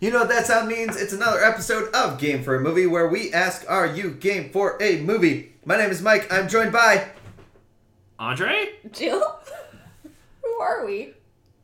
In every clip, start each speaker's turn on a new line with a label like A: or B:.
A: You know what that sound means? It's another episode of Game for a Movie where we ask, Are you game for a movie? My name is Mike. I'm joined by.
B: Andre,
C: Jill? Who are we?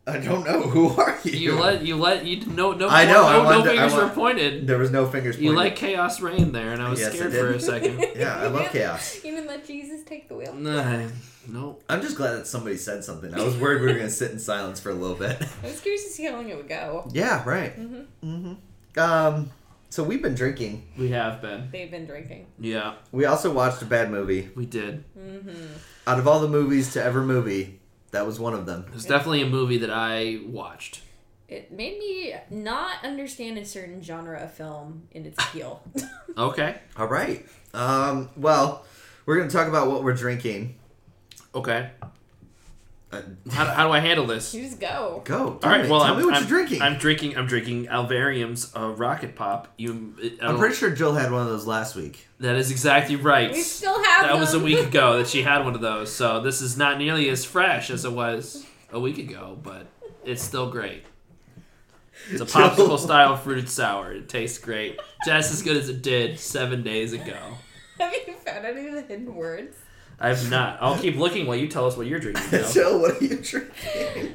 A: I don't know. Who are you?
B: you let you let you no no
A: I know,
B: no,
A: I
B: no
A: wanted to- I
B: fingers
A: want-
B: were pointed.
A: There was no fingers
B: You
A: pointed.
B: let chaos reign there, and I was
A: Yes, I
B: scared
A: did.
B: for a second.
A: Yeah, I
C: You
A: love
C: didn't-
A: chaos.
C: You didn't let Jesus take the wheel.
B: nah, no.
A: I'm just glad that somebody said something. I was worried we were going to sit in silence for a little bit.
C: I was curious to see how long it would go.
A: Yeah, right.
C: Mhm.
A: Mm-hmm. Um, so we've been drinking.
B: We have been.
C: They've been drinking.
B: Yeah,
A: We also watched a bad movie.
B: we did.
C: Mm-hmm.
A: Out of all the movies to ever movie, that was one of them.
B: It was definitely a movie that I watched.
C: It made me not understand a certain genre of film in its appeal.
B: Okay,
A: All right. Um, well, we're going to talk about what we're drinking.
B: okay.
A: Uh,
B: How, how do I handle this?
C: you just go.
A: go.
B: All right. Well,
A: tell
B: I'm,
A: me what
B: I'm-
A: you're drinking.
B: I'm drinking. I'm drinking Alvarium's uh, Rocket Pop. You. I
A: I'm
B: don't-
A: pretty sure Jill had one of those last week.
B: That is exactly right.
C: We still have
B: that was a
C: them.
B: week ago that she had one of those. So this is not nearly as fresh as it was a week ago, but it's still great. It's a popsicle style fruited sour. It tastes great, just as good as it did seven days ago.
C: have you found any of the hidden words?
B: I've not. I'll keep looking while you tell us what you're drinking. Though.
A: Jill, what are you drinking?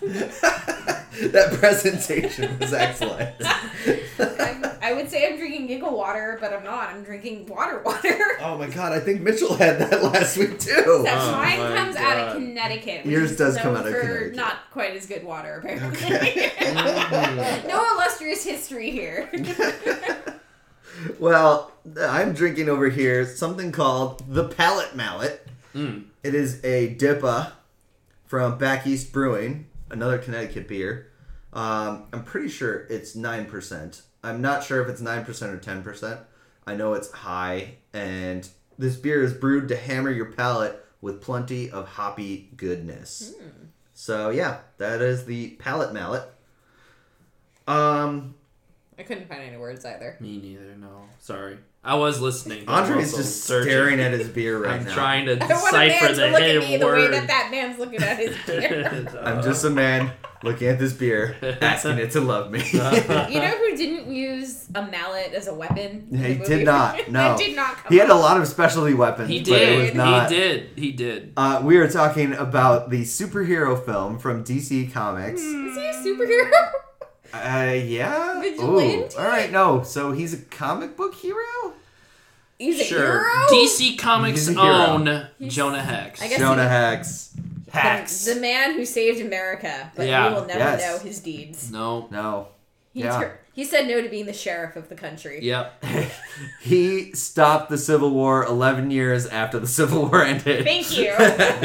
A: that presentation was excellent.
C: I'm, I would say I'm drinking giggle water, but I'm not. I'm drinking water water.
A: oh my god, I think Mitchell had that last week too.
C: That's
B: Oh
C: mine
B: my
C: comes out
B: God.
C: of Connecticut. which
A: Yours
C: is
A: does come
C: known
A: out of
C: for
A: Connecticut.
C: Not quite as good water, apparently.
A: Okay.
C: no illustrious history here.
A: well, I'm drinking over here something called the Pallet Mallet.
B: Mm.
A: It is a DIPA from Back East Brewing, another Connecticut beer. Um, I'm pretty sure it's 9%. I'm not sure if it's 9% or 10%. I know it's high, and this beer is brewed to hammer your palate with plenty of hoppy goodness. So, yeah, that is the Pallet Mallet. Um,
C: I couldn't find any words either.
B: Me neither. No, sorry. I was listening. but I'm
A: Andre is
B: also
A: just
B: searching.
A: staring at his beer right
B: I'm
A: now.
B: trying to
C: I want a man
B: decipher
C: to
B: the
C: look at me
B: hidden
C: the way
B: word.
C: that that man's looking at his beer.
A: I'm just a man looking at this beer, asking it to love me.
C: you know who didn't use a mallet as a weapon? in
A: He
C: the movie?
A: did not, no.
C: that did not come
A: He had a
C: up.
A: lot of specialty weapons.
B: He
A: But it
B: did.
A: was not.
B: He did. He did.
A: Uh, we are talking about the superhero film from DC Comics.
B: Hmm.
C: Is he a superhero?
A: Uh, yeah.
C: Vigilante?
A: All right. No. So he's a comic book hero.
C: He's a
B: Sure.
C: hero.
B: DC Comics
A: He's a hero.
B: own
C: He's-
B: Jonah Hex.
C: I guess
A: Jonah
C: he-
A: Hex. Hex.
C: The, the man who saved America, but
B: Yeah.
C: we will never
A: Yes.
C: know his deeds.
B: No.
A: no.
C: He,
A: Yeah.
C: tur- he said no to being the sheriff of the country.
B: Yep.
A: he stopped the Civil War 11 years after the Civil War ended.
C: Thank you.
B: What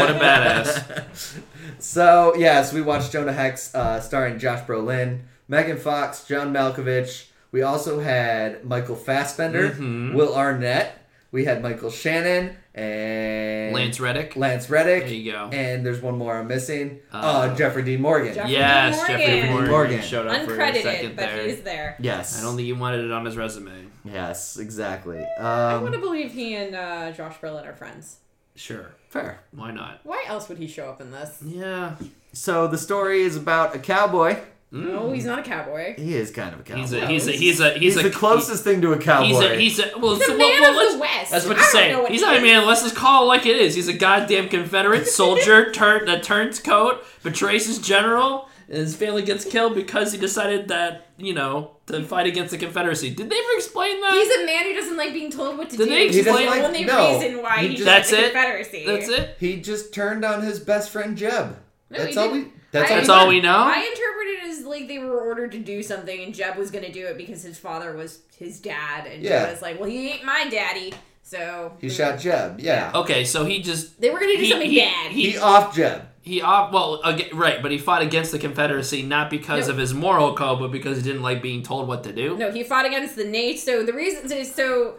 B: a badass.
A: So yes, we watched Jonah Hex, uh, starring Josh Brolin, Megan Fox, John Malkovich. We also had Michael Fassbender,
B: Mhm.
A: Will Arnett. We had Michael Shannon and
B: Lance Reddick.
A: Lance
B: There
A: Reddick.
B: you go.
A: And there's one more I'm missing. Uh,
B: Uh,
A: Jeffrey Dean Morgan.
C: Jeff-
B: yes,
C: Morgan.
B: Jeffrey Morgan.
A: Morgan.
B: showed up for a
C: Uncredited,
B: second
C: but
B: there.
C: he's there.
A: yes.
B: I don't think he wanted it on his resume.
A: Yes, exactly.
C: I want to
A: Um,
C: believe he and uh, Josh Brolin are friends.
B: Sure.
A: fair.
B: Why not?
C: Why else would he show up in this?
B: Yeah.
A: So the story is about a cowboy.
B: Mm.
C: No, he's not a cowboy.
A: He is kind of a cowboy.
B: He's a he's a he's a he's,
A: He's
B: a
A: the closest thing to a cowboy.
B: He's a he's a well,
C: He's
B: so-
C: a
B: well,
C: man
B: well,
C: of
B: let's-
C: the West.
B: That's what
C: I
B: you
C: don't
B: say.
C: know what
B: He's
C: he
B: not a
C: is.
B: man. Let's just call it like it is. He's a goddamn Confederate soldier turn, that turns coat, betrays his general, and his family gets killed because he decided that you know to fight against the Confederacy. Did they ever explain that?
C: He's a man who doesn't like being told what to
B: Did
C: do.
B: they
C: He's the
B: explain-
C: only
A: No.
C: reason why
A: He
C: he's
A: just-
B: That's
C: in the
B: it?
C: Confederacy.
B: That's it.
A: He just turned on his best friend Jeb.
C: No,
A: that's
C: he
A: all
C: didn't.
A: we. That's
C: I-
A: all.
B: That's
A: we-
B: all we know.
C: I interpreted it as like they were ordered to do something, and Jeb was going to do it because his father was his dad, and
A: Yeah.
C: Jeb was like, "Well, he ain't my daddy." So mm.
A: He shot Jeb. Yeah.
B: Okay, so he just
C: They were going to do
B: he
C: something
B: he,
C: bad.
B: Oh, he
A: He off Jeb.
B: he op- well aga right, but he fought against the Confederacy not because
C: No.
B: of his moral code, but because he didn't like being told what to do.
C: No, he fought against the Nate. So the reason so- so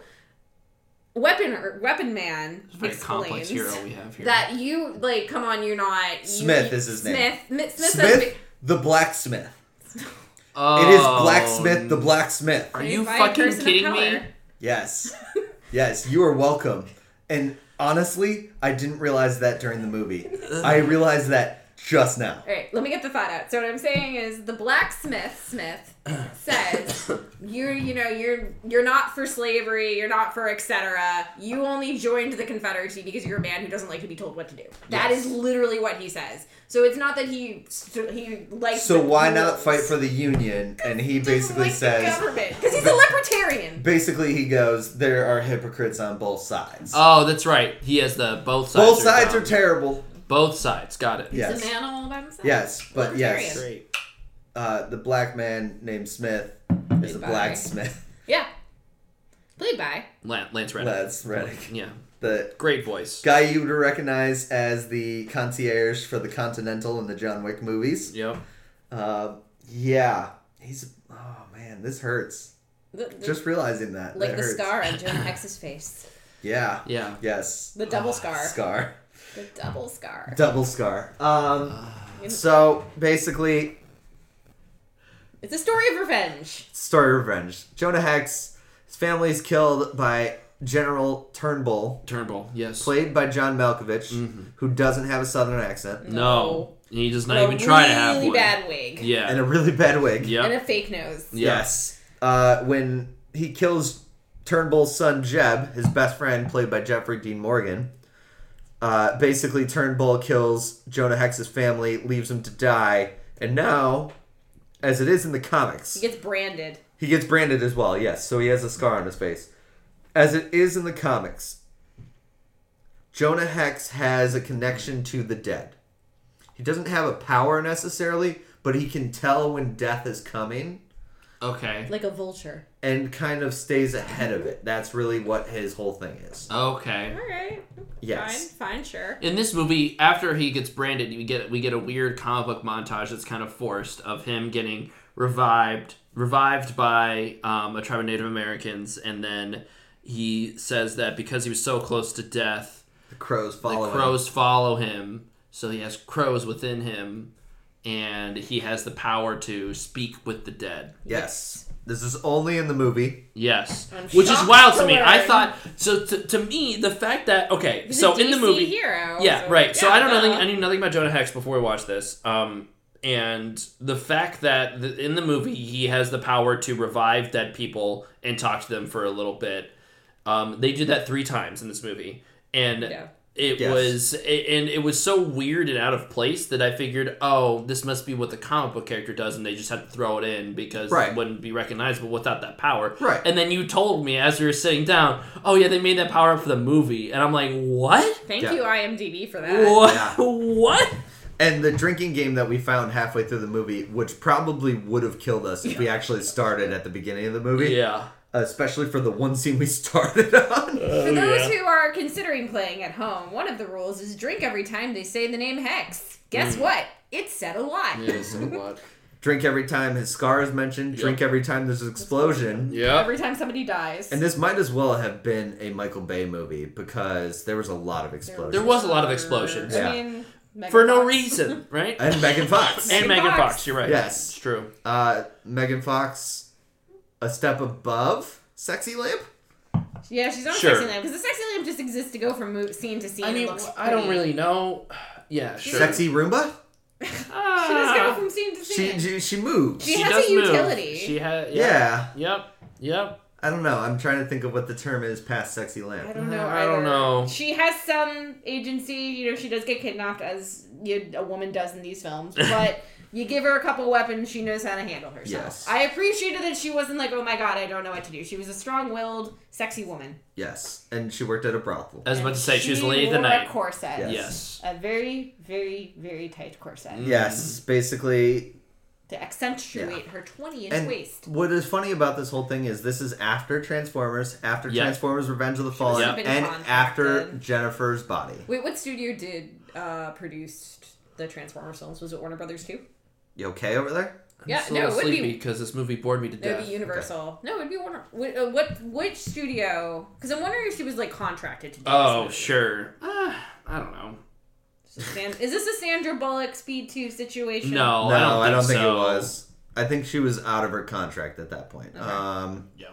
C: weapon or weapon man
B: It's a very complex
C: explains
B: hero we have here.
C: that you like come on, you're not you-
A: Smith is his
C: Smith,
A: name.
C: Smith, Smith, says-
A: Smith the blacksmith.
B: oh,
A: It is blacksmith the blacksmith.
B: Are you
C: By a
B: fucking
C: person of
B: kidding me?
C: color.
A: Yes. Yes, you are welcome. And honestly, I didn't realize that during the movie. I realized that just now.
C: All right, let me get the thought out. So what I'm saying is the blacksmith Smith says, "You you know you're you're not for slavery, you're not for etc. You only joined the Confederacy because you're a man who doesn't like to be told what to do." That is
A: Yes.
C: literally what he says. So it's not that he so he likes.
A: So
C: the
A: why not
C: rules.
A: fight for the union? And he basically
C: Doesn't like
A: says,
C: the government because he's a libertarian.
A: basically he goes, there are hypocrites on both sides.
B: Oh, that's right. He has the both sides.
A: both sides are
B: wrong.
A: terrible.
B: both sides. Got it.
A: Yeah. Yes.
C: He's a man all by himself.
A: Yes, but yes,
C: Libertarian.
B: Great.
A: uh, the black man named Smith is a
C: Goodbye.
A: blacksmith.
C: Yeah. Played by
B: Lan- Lance Reddick.
A: That's Reddick.
B: Yeah.
A: The
B: Great voice.
A: guy you would recognize as the concierge for the Continental and the John Wick movies.
B: Yep.
A: Uh, yeah, he's. Oh man, this hurts.
C: the, the-
A: Just realizing that.
C: like
A: that
C: the
A: hurts.
C: scar on Jim X's face,
A: Yeah.
B: Yeah.
A: Yes.
C: the double
B: Ah,
C: scar,
A: Scar.
C: the double scar.
A: Double scar. Um.
C: You know-
A: So basically,
C: It's a story of revenge.
A: story of revenge. Jonah Hex, his family is killed by General Turnbull,
B: Turnbull. Yes.
A: played by John Malkovich,
B: Mm-hmm.
A: who doesn't have a southern accent,
B: No. And he does not
C: A
B: even try to have
C: really
B: one.
C: bad wig.
B: Yeah.
A: and a really bad wig.
B: yep.
C: And a fake nose.
B: Yeah.
A: Yes. Uh, when he kills Turnbull's son Jeb, his best friend, played by Jeffrey Dean Morgan, uh, basically Turnbull kills Jonah Hex's family, leaves him to die, and now, as it is in the comics,
C: He gets branded.
A: he gets branded as well, yes, so he has a scar on his face. As it is in the comics, Jonah Hex has a connection to the dead. He doesn't have a power necessarily, but he can tell when death is coming
B: Okay.
C: Like a vulture.
A: and kind of stays ahead of it. That's really what his whole thing is.
B: Okay.
C: Alright.
A: Yes.
C: Fine, fine, sure.
B: In this movie, after he gets branded, we get we get a weird comic book montage that's kind of forced of him getting revived, revived by um, a tribe of Native Americans, and then he says that because he was so close to death,
A: The crows follow
B: the
A: him.
B: crows follow him, so he has crows within him, and he has the power to speak with the dead.
A: Yes. This is only in the movie.
B: Yes,
C: I'm
B: which is
C: shocked
B: wild to
C: to
B: me. I
C: learn.
B: thought so. To, to me, the fact that okay,
C: He's
B: so
C: a
B: in the
C: DC
B: movie,
C: hero.
B: Yeah, right. So
C: yeah,
B: I don't know.
C: duh.
B: Anything, I knew nothing about Jonah Hex before we watched this. Um, and the fact that th in the movie he has the power to revive dead people and talk to them for a little bit. Um, they did that three times in this movie, and
C: Yeah.
B: it
A: Yes.
B: was it, and it was so weird and out of place that I figured, oh, this must be what the comic book character does, and they just had to throw it in because
A: Right.
B: it wouldn't be recognizable without that power.
A: Right.
B: And then you told me as we were sitting down, oh yeah, they made that power up for the movie, and I'm like, what?
C: Thank
A: Yeah.
C: you, IMDb, for that.
B: What?
A: Yeah.
B: What?
A: And the drinking game that we found halfway through the movie, which probably would have killed us if we actually started at the beginning of the movie,
B: Yeah.
A: especially for the one scene we started on.
B: Uh.
C: For those
B: Oh,
C: who are considering playing at home, one of the rules is drink every time they say the name Hex.
B: Mm.
C: Guess what? It's said a lot.
A: drink every time his scar is mentioned, drink every time there's an explosion.
B: Yeah.
C: Every time somebody dies.
A: And this might as well have been a Michael Bay movie because there was a lot of explosions.
B: There was a lot of explosions.
A: Yeah.
C: I mean, Megan
B: For no
C: Fox.
B: reason, right?
A: And Megan Fox.
B: and
C: Megan
B: Megan Fox.
C: Fox.
B: you're right.
A: Yes.
B: It's true.
A: uh, Megan Fox, a step above Sexy Lamp.
C: Yeah, she's on
B: Sure.
C: Sexy Lamb because the Sexy Lamb just exists to go from mo- scene to scene.
B: I
C: and
B: mean,
C: looks
B: I don't
C: pretty.
B: really know. Yeah, sure. Ah.
A: Sexy Roomba.
C: She just go from scene to
A: She
C: scene.
A: she, she moves.
C: She- has a utility.
B: Move. She has.
A: yeah.
B: Yeah. Yep. Yep.
A: I don't know. I'm trying to think of what the term is past Sexy
C: I
A: Lamp.
C: don't know.
B: I don't
C: either.
B: know.
C: She has some agency. You know, she does get kidnapped as you, a woman does in these films, but. You give her a couple weapons, she knows how to handle herself.
A: Yes.
C: I appreciated that she wasn't like, oh my god, I don't know what to do. She was a strong willed, sexy woman.
A: Yes, and she worked at a brothel.
B: I was about
C: And
B: to say she was the
C: wore
B: lady of the
C: A
B: night.
C: corset.
A: Yes.
B: Yes.
C: A very, very, very tight corset
A: Yes,
B: mm.
A: basically.
C: to accentuate her 20 inch
A: And
C: waist.
A: what is funny about this whole thing is this is after Transformers, after
B: Yeah.
A: Transformers: Revenge of the
C: must
A: Fallen,
B: have
C: been
A: and
C: contracted.
A: after Jennifer's body.
C: Wait, what studio did uh produced the Transformers films? Was it Warner Brothers too?
A: You okay over there?
C: Yeah,
B: I'm just a
C: no,
B: little
C: it would
B: sleepy
C: be.
B: because this movie bored me to
C: It
B: death.
C: would be Universal. No, it would be Warner. What, uh, what which studio? Because I'm wondering if she was like contracted to do
B: oh,
C: this.
B: sure. Uh, I don't know.
C: Is this San- Is this a Sandra Bullock Speed Two situation?
B: No,
A: no,
B: Oh, I don't. Think
A: think
B: so.
A: it was. I think she was out of her contract at that point. Um,
B: Yeah.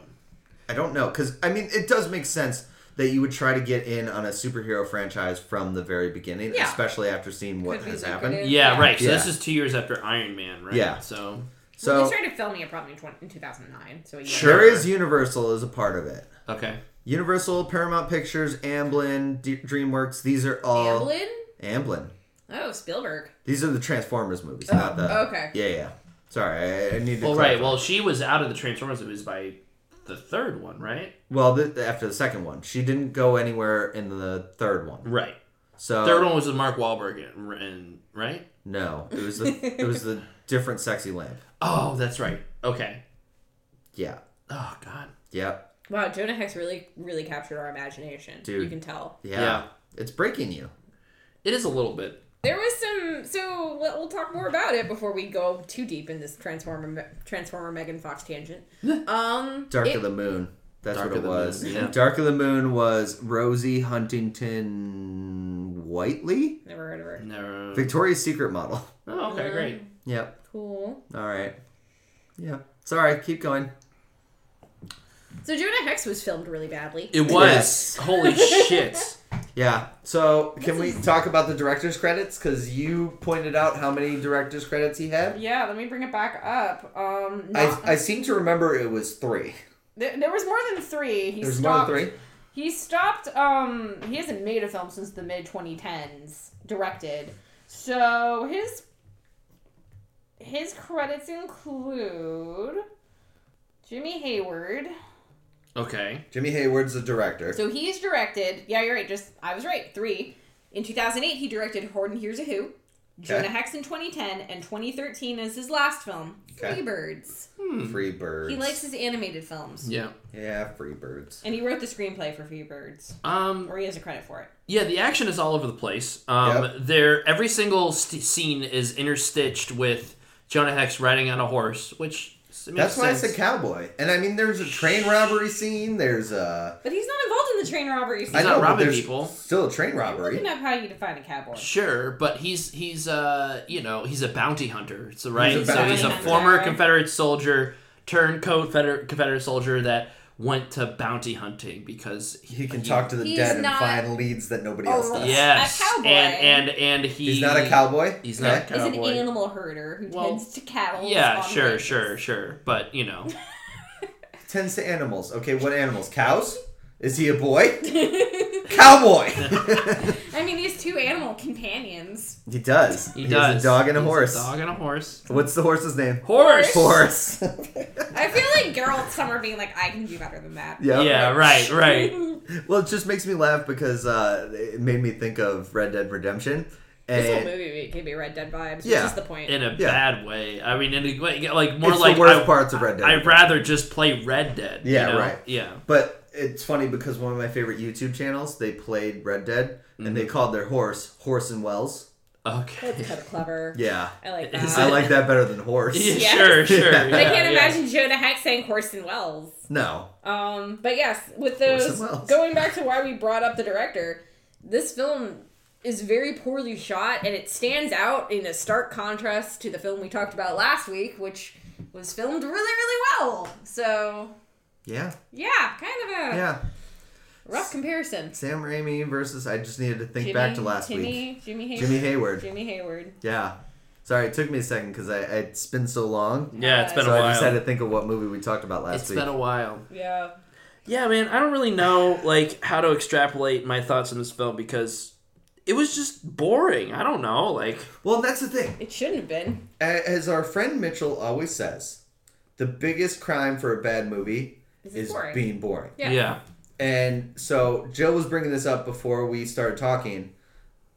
A: I don't know because I mean it does make sense. that you would try to get in on a superhero franchise from the very beginning,
C: Yeah.
A: especially after seeing what
C: Could be
A: has happened.
C: lucrative.
B: Yeah,
C: Yeah.
B: right. So this
A: Yeah.
B: is two years after Iron Man, right?
A: Yeah.
B: So
A: So
C: they started filming it probably in, 20, in 2009. So yeah.
B: Sure.
A: there is Universal as a part of it.
B: okay,
A: Universal, Paramount Pictures, Amblin, D- DreamWorks. These are all
C: Amblin?
A: Amblin.
C: Oh, Spielberg.
A: These are the Transformers movies,
C: Oh,
A: not the.
C: okay.
A: uh, Yeah, yeah. Sorry, I, I need to.
B: well, right.
A: clarify.
B: Well, she was out of the Transformers movies by the third one, right?
A: Well, th- after the second one, she didn't go anywhere in the third one.
B: Right.
A: So
B: Third one was with Mark Wahlberg and, and right.
A: no, it was the it was the different sexy lamp.
B: Oh, that's right. Okay.
A: Yeah,
B: Oh God.
A: yeah,
C: Wow, Jonah Hex really, really captured our imagination.
A: Dude.
C: You can tell.
A: yeah.
B: Yeah.
A: It's breaking you.
B: It is a little bit.
C: There was some. So we'll we'll talk more about it before we go too deep in this Transformer, Transformer Megan Fox tangent. Um,
A: Dark
C: it-
A: of the Moon. That's
B: Dark
A: what
B: of
A: it
B: the
A: was.
B: Moon, yeah.
A: Dark of the Moon was Rosie Huntington Whiteley,
C: never heard of her.
B: No.
A: Victoria's Secret model.
B: Oh, okay, great.
A: Yep.
C: Cool.
A: All right. Yeah. Sorry. Keep going.
C: So Jonah Hex was filmed really badly.
B: It was.
A: Yes.
B: Holy shit.
A: Yeah. So can we talk about the director's credits? Because you pointed out how many director's credits he had.
C: yeah, let me bring it back up. Um, not-
A: I, I seem to remember it was three.
C: there, there was more than three. He
A: There was more than
C: stopped,
A: three.
C: He stopped. Um, he hasn't made a film since the mid 2010s. Directed. So his his credits include Jimmy Hayward.
B: Okay.
A: Jimmy Hayward's the director.
C: So he's directed. Yeah, you're right. Just I was right. Three. In 2008, he directed Horton Hears a Who. Jonah Hex in 2010 and 2013 is his last film,
A: Okay.
C: Free Birds.
A: Hmm. Free Birds.
C: He likes his animated films.
B: Yeah.
A: Yeah, Free Birds.
C: And he wrote the screenplay for Free Birds,
B: Um.
C: or he has a credit for it.
B: Yeah. The action is all over the place. Um.
A: Yep.
B: There. Every single st- scene is interstitched with Jonah Hex riding on a horse, which s- makes
A: That's why
B: sense.
A: it's a cowboy. And I mean, there's a train robbery scene. There's a.
C: But he's not involved in the train robbery scene.
A: I
B: He's not
A: know, but
B: robbing
A: there's
B: people.
A: Still a train
C: I'm looking
A: robbery.
C: up how you define a cowboy.
B: Sure, but he's he's uh you know he's a bounty hunter. So right,
A: He's a
B: so
A: bounty
B: he's a
A: hunter.
B: former Confederate soldier turned Confederate Confederate soldier that went to bounty hunting because
A: He can talk to the
C: He's
A: dead and
C: not-
A: find leads that nobody else
C: Oh,
A: does.
C: yeah.
B: Yes,
C: A cowboy.
B: and and and he
A: He's not a cowboy.
B: He's not a
A: Okay.
C: He's an
B: cowboy.
C: animal herder who
B: Well,
C: tends to cattle.
B: Yeah,
C: on
B: sure,
C: ranches.
B: sure, sure. But you know,
A: Tends to animals. Okay, what animals? Cows? Is he a boy? Cowboy.
C: I mean, he has two animal companions.
A: he does.
B: he
A: has
B: does.
A: A dog and a
B: He's
A: horse.
B: dog and a horse.
A: What's the horse's name?
B: Horse.
A: Horse.
C: I feel like Geralt Summer being like, I can do better than that.
A: yeah.
B: Yeah, right, right.
A: Well, it just makes me laugh because uh, it made me think of Red Dead Redemption. And
C: This whole movie gave me Red Dead vibes,
A: Yeah.
C: which is the point.
B: In a
A: Yeah.
B: bad way. I mean, in a, way- like more
A: it's
B: like
A: the worst
B: I,
A: parts of Red Dead.
B: I'd rather just play Red Dead. you
A: Yeah,
B: know?
A: right.
B: Yeah.
A: But it's funny because one of my favorite YouTube channels, they played Red Dead and
B: Mm-hmm.
A: they called their horse Horse and Wells.
B: Okay.
C: That's kind of clever.
A: Yeah.
C: I like
B: Is
C: that.
A: I like that better than horse.
B: Yeah,
C: Yes.
B: Sure, sure.
A: I
C: I
B: yeah,
C: can't
B: yeah.
C: imagine Jonah Hex saying Horse and Wells.
A: No.
C: Um, but yes, with
A: Orson
C: those
A: Welles.
C: going back to why we brought up the director, this film is very poorly shot and it stands out in a stark contrast to the film we talked about last week, which was filmed really, really well. So
A: Yeah.
C: yeah, kind of a
A: Yeah.
C: rough comparison.
A: Sam Raimi versus I just needed to think back to last week.
C: Timmy, Jimmy Hayward.
A: Jimmy Hayward.
C: Jimmy Hayward.
A: Yeah. Sorry, it took me a second because I it's been so long.
B: Yeah, it's been
A: So
B: a
A: I
B: while.
A: just had to think of what movie we talked about last
B: It's
A: week.
B: been a while.
C: Yeah.
B: Yeah, man, I don't really know like how to extrapolate my thoughts on this film because it was just boring. I don't know, like
A: well, that's the thing.
C: It shouldn't have been.
A: A- As our friend Mitchell always says, the biggest crime for a bad movie
C: Is it
A: is
C: boring?
A: being boring.
B: yeah.
C: Yeah.
A: And so Jill was bringing this up before we started talking.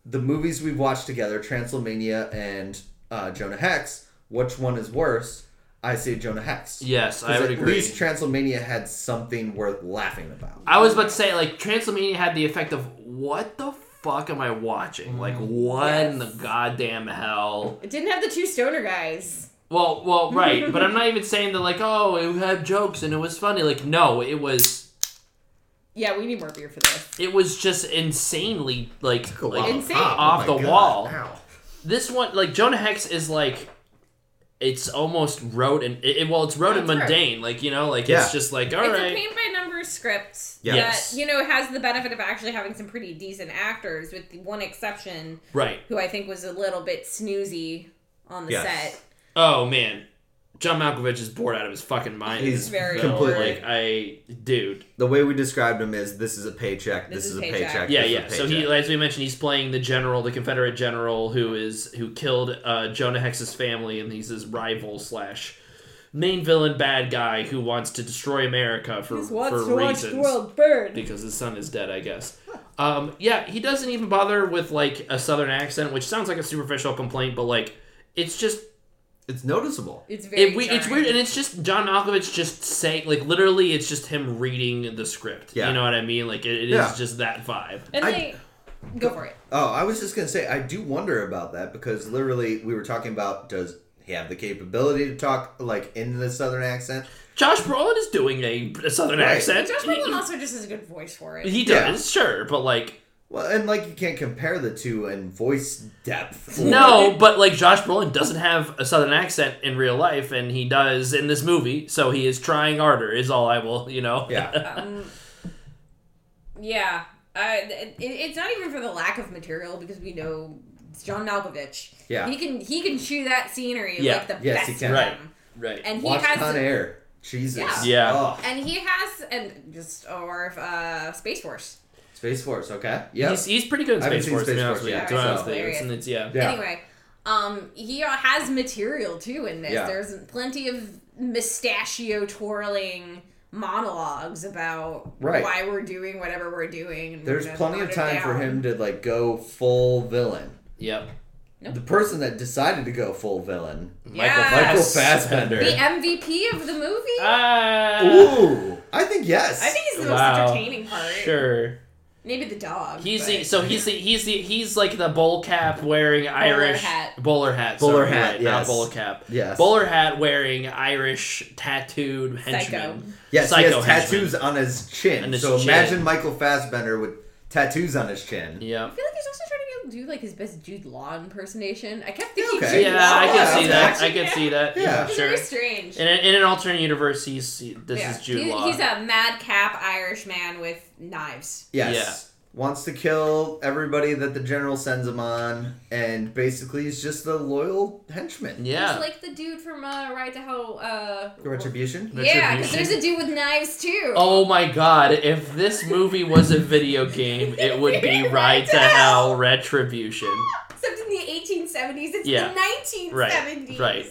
A: The movies we've watched together, Transylvania and uh, Jonah Hex, which one is worse? I say Jonah Hex.
B: Yes,
A: 'Cause
B: I would
A: at
B: agree.
A: least Transylvania had something worth laughing about.
B: I was about to say like Transylvania had the effect of what the fuck am I watching? Like
A: Mm.
B: what in the
C: Yes.
B: goddamn hell?
C: It didn't have the two stoner guys.
B: Well, well, right, but I'm not even saying that like oh, it had jokes and it was funny. Like no, it was
C: Yeah, we need more beer for this.
B: it was just insanely like,
A: Go
B: like
A: off
C: Insane.
A: top.
B: Off
A: Oh my
B: the wall.
A: Ow.
B: this one like Jonah Hex is like it's almost rote and it, it- well it's rote and
C: That's right.
B: mundane like you know like
A: Yeah.
B: it's just like all
C: it's
B: right
C: a paint by Cooper script
A: Yeah.
B: Yes.
C: that you know has the benefit of actually having some pretty decent actors, with the one exception
B: Right.
C: who I think was a little bit snoozy on the
A: Yes.
C: set.
B: Oh man, John Malkovich is bored out of his fucking mind.
A: He's
C: very
A: completely-
B: Like I, dude.
A: The way we described him is this is a paycheck, this, is, a paycheck.
B: Yeah,
A: this is a
B: yeah. So he,
A: paycheck.
B: as we mentioned, he's playing the general, the Confederate general who is who killed uh, Jonah Hex's family, and he's his rival slash main villain, bad guy who wants to destroy America for for reasons.
C: burn.
B: because his son is dead, I guess. Um, yeah, he doesn't even bother with like a southern accent, which sounds like a superficial complaint, but like it's just
A: it's noticeable.
C: It's very.
B: it, we, it's
C: jarring.
B: weird, and it's just John Malkovich just saying like literally, it's just him reading the script.
A: Yeah.
B: You know what I mean? Like it, it is
A: Yeah.
B: just that vibe.
C: And
A: I-
C: they go for it.
A: Oh, I was just gonna say I do wonder about that because literally we were talking about does he have the capability to talk like in the southern accent?
B: Josh Brolin is doing a, a southern
A: Right.
B: accent.
C: Josh
B: He-
C: Brolin also just has a good voice for it.
B: He, does, sure, but like
A: Well, and like you can't compare the two in voice depth. or-
B: no, but like Josh Brolin doesn't have a southern accent in real life, and he does in this movie. So he is trying harder. Is all I will, you know.
A: Yeah.
C: Um, yeah, uh, it, it's not even for the lack of material because we know it's John Malkovich.
A: Yeah.
C: he can he can chew that scenery
B: Yeah.
C: like the
A: Yes,
C: best
A: he
C: of
A: can.
B: Right.
C: them.
B: Right.
C: And he
A: Watch
C: has
A: Con Air. Jesus.
B: Yeah. Yeah.
A: Oh,
C: and he has and just or uh, Space Force.
A: Space Force. Okay. Yeah.
B: He's, he's pretty good in
A: I haven't
B: Space
A: seen
B: Force, to be
A: Space
B: honest
A: Force
B: with you.
A: yet,
B: To be honest
A: so-
B: with you. It's, and it's, yeah.
A: Yeah.
C: Anyway, um, he has material too in this.
A: Yeah.
C: There's plenty of mustachio twirling monologues about
A: Right.
C: why we're doing whatever we're doing. And
A: There's
C: we're gonna
A: plenty of
C: vote it
A: time for
C: down.
A: him to like go full villain.
B: Yep.
A: The person that decided to go full villain,
C: Yes.
A: Michael Fassbender.
C: The MVP of the movie.
B: Ah.
A: Ooh, I think yes.
C: I think he's the most
B: Wow.
C: entertaining part.
B: Sure.
C: Maybe the dog.
B: He's
C: but-
B: the, so he's the, he's the, he's like the bowl cap wearing Irish
C: hat.
B: bowler hat
A: Bowler
B: sorry,
A: hat,
B: right, not
A: yes.
B: bowl cap
A: Yes.
B: bowler hat wering Irish tattooed henchman
A: yes, he
B: psycho
A: has
B: henchman.
A: tattoos on his chin.
B: On his
A: so
B: chin.
A: imagine Michael Fassbender with tattoos on his chin.
C: I
B: Yep.
C: feel like he's also trying to do like his best Jude Law impersonation. I kept thinking
A: Okay.
C: Jude
B: Yeah,
C: Law.
B: I
A: yeah,
B: can see
A: that's
B: that. I
C: actually-
B: can see that.
A: Yeah.
B: Yeah,
C: It's
B: sure.
C: very strange.
B: In, a- in an alternate universe, he's he- this
C: Yeah.
B: is Jude
C: He-
B: Law.
C: He's a madcap Irish man with knives.
A: Yes. Wants to kill everybody that the general sends him on, and basically he's just the loyal henchman.
B: yeah.
C: He's like the dude from uh, Ride to Hell. Uh,
A: Retribution.
C: yeah, because
B: Retribution.
C: there's a dude with knives too.
B: Oh my god, if this movie was a video game, it would be Ride to Hell Retribution.
C: Except in the 1870s, it's
B: Yeah.
C: the 1970s.
B: right.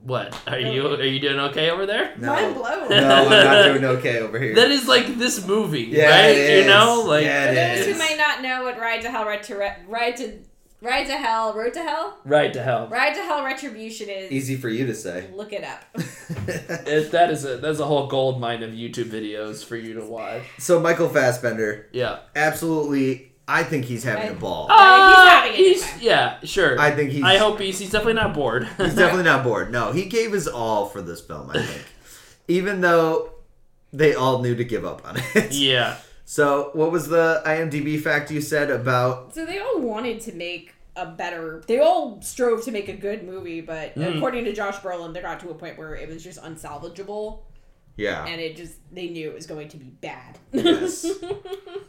B: What? Are you are you doing okay over there?
A: No.
C: Mind blown.
A: No, I'm not doing okay over here.
B: That is like this movie,
A: yeah,
B: right?
A: it is.
B: You know, like
A: yeah,
C: For
A: it
C: those
A: is.
C: who might not know what Ride to Hell, Ride to Re- Ride to Ride to Hell, Road to Hell,
B: Ride to Hell.
C: Ride to Hell Retribution is.
A: Easy for you to say.
C: Look it up.
B: It, that is a that's a whole gold mine of YouTube videos for you to watch.
A: so Michael Fassbender,
B: Yeah.
A: absolutely, I think he's having a ball.
C: Right, he's having a good
B: Ah, he's-
C: time.
B: yeah, sure.
A: I think he's.
B: Oh, I hope he's he's definitely not bored.
A: He's definitely not bored. No, he gave his all for this film, I think. Even though they all knew to give up on it.
B: yeah.
A: So, what was the IMDb fact you said about
C: So they all wanted to make a better. They all strove to make a good movie, but
B: Hmm.
C: according to Josh Brolin, they got to a point where it was just unsalvageable,
A: yeah,
C: and it just they knew it was going to be bad.
A: yes.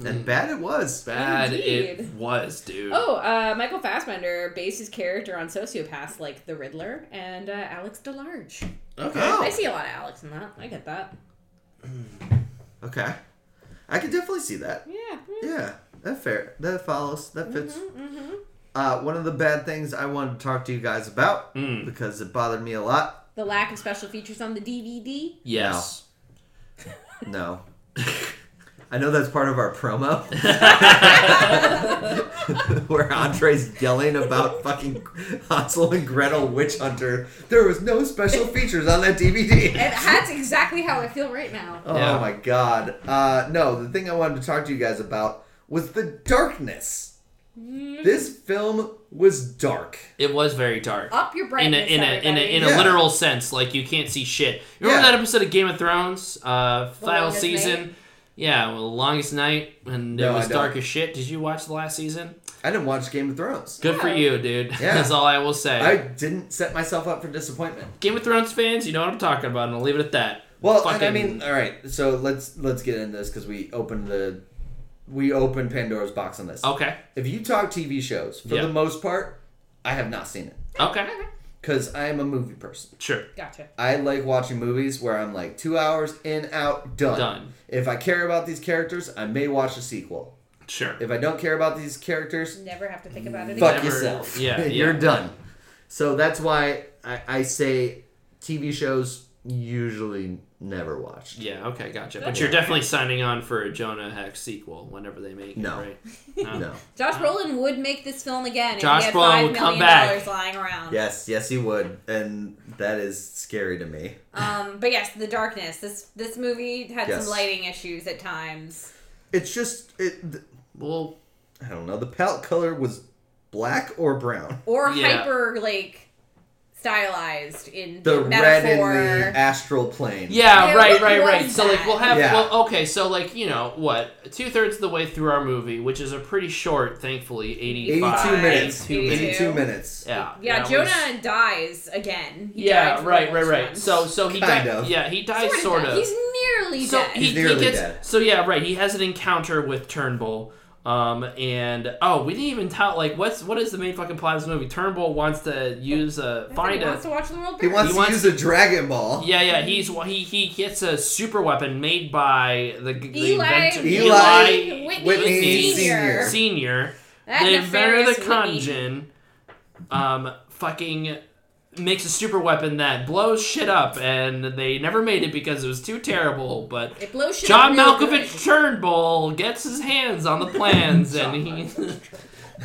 A: and bad it was.
B: Bad it
C: Indeed.
B: was, dude.
C: oh, uh, Michael Fassbender based his character on sociopaths like the Riddler and uh, Alex DeLarge.
B: Okay.
A: Oh.
C: I see a lot of Alex in that. I get that.
A: Okay, I could definitely see that.
C: Yeah.
A: Yeah, that fair. That follows. That fits.
C: Mm-hmm.
A: Uh, one of the bad things I wanted to talk to you guys about
B: Mm.
A: because it bothered me a lot.
C: The lack of special features on the DVD.
B: Yes.
A: No, I know that's part of our promo. where Andre's yelling about fucking Hansel and Gretel Witch Hunter. There was no special features on that DVD.
C: And that's exactly how I feel right now.
A: Oh
B: Yeah.
A: my god. Uh, no, the thing I wanted to talk to you guys about was the darkness. This film was dark.
B: It was very dark.
C: Up your
B: in a
C: brightness,
B: in a in a, in a
A: Yeah.
B: literal sense. Like you can't see shit. Remember
A: Yeah.
B: that episode of Game of Thrones, uh, final
C: Longest
B: season. Yeah, well, longest night and
A: No,
B: it
A: I
B: was
A: don't.
B: dark as shit. Did you watch the last season?
A: I didn't watch Game of Thrones.
B: Good for
C: No.
B: you, dude.
A: Yeah.
B: That's all I will say.
A: I didn't set myself up for disappointment.
B: Game of Thrones fans, you know what I'm talking about, and I'll leave it at that.
A: Well, and I
B: fucking-
A: mean, all right. So let's let's get into this because we opened the we opened Pandora's box on this.
B: Okay.
A: If you talk TV shows, for
B: Oh. Yeah.
A: the most part, I have not seen it
B: Okay.
A: because I am a movie person.
B: Sure.
C: Gotcha.
A: I like watching movies where I'm like two hours in, out, done.
B: Done.
A: If I care about these characters, I may watch a sequel.
B: Sure.
A: If I don't care about these characters,
C: Never have to think about it
A: fuck
C: again.
B: Never-
A: yourself.
B: yeah,
A: you're
B: yeah.
A: done. So that's why I, I say TV shows usually never watched.
B: Yeah, okay, gotcha. But you're definitely signing on for a Jonah Hex sequel whenever they make
A: No.
B: it, right? No.
A: No.
C: Josh Brolin would make this film again if
B: Josh
C: he had
B: Brolin
C: five
B: would come
C: million
B: back.
C: dollars lying around.
A: Yes, yes, he would, and that is scary to me.
C: Um, but yes, The Darkness. This this movie had
A: Yes.
C: some lighting issues at times.
A: It's just it. th-
B: Well,
A: I don't know. The palette color was black or brown.
C: Or
B: Yeah.
C: hyper like stylized in
A: The red in
C: metaphor.
A: the astral plane.
B: yeah,
C: Yeah,
B: right,
C: what
B: right,
C: was
B: right. So, like, we'll have,
A: that?
B: well, okay, so, like, you know, what? Two thirds of the way through our movie, which is a pretty short, thankfully,
A: 82
B: 85.
A: minutes.
B: 82
A: 82,
B: minutes.
A: minutes.
B: Yeah.
C: yeah,
B: that was-
C: Jonah dies again. He died
B: yeah,
C: for the
B: right, right,
C: last
B: right.
C: one.
B: So, so he
A: Kind
B: died.
A: of.
B: Yeah, he dies
C: Sorta
B: sort
C: dead.
B: of.
C: He's nearly
B: so
C: dead.
B: he,
A: He's
B: he
A: nearly
B: gets
A: dead.
B: so yeah right he has an encounter with turnbull um and oh we didn't even tell like what's what is the main fucking plot of this movie turnbull wants to use a
C: That's what
B: find
C: he wants
B: a
C: to watch the world.
A: He
C: burn.
A: wants
B: He
A: to
B: wants-
A: use a Dragon Ball.
B: yeah yeah he's he he gets a super weapon made by the, the
C: Eli,
B: inventor,
A: Eli
C: Whitney,
A: Whitney
C: Senior.
A: Sr.
B: senior
C: That
B: the inventor of the
C: nefarious Whitney.
B: Kanjin, um, fucking makes a super weapon that blows shit up, and they never made it because it was too terrible. But
C: It blows shit
B: John
C: up real
B: Malkovich Turnbull gets his hands on the plans, and he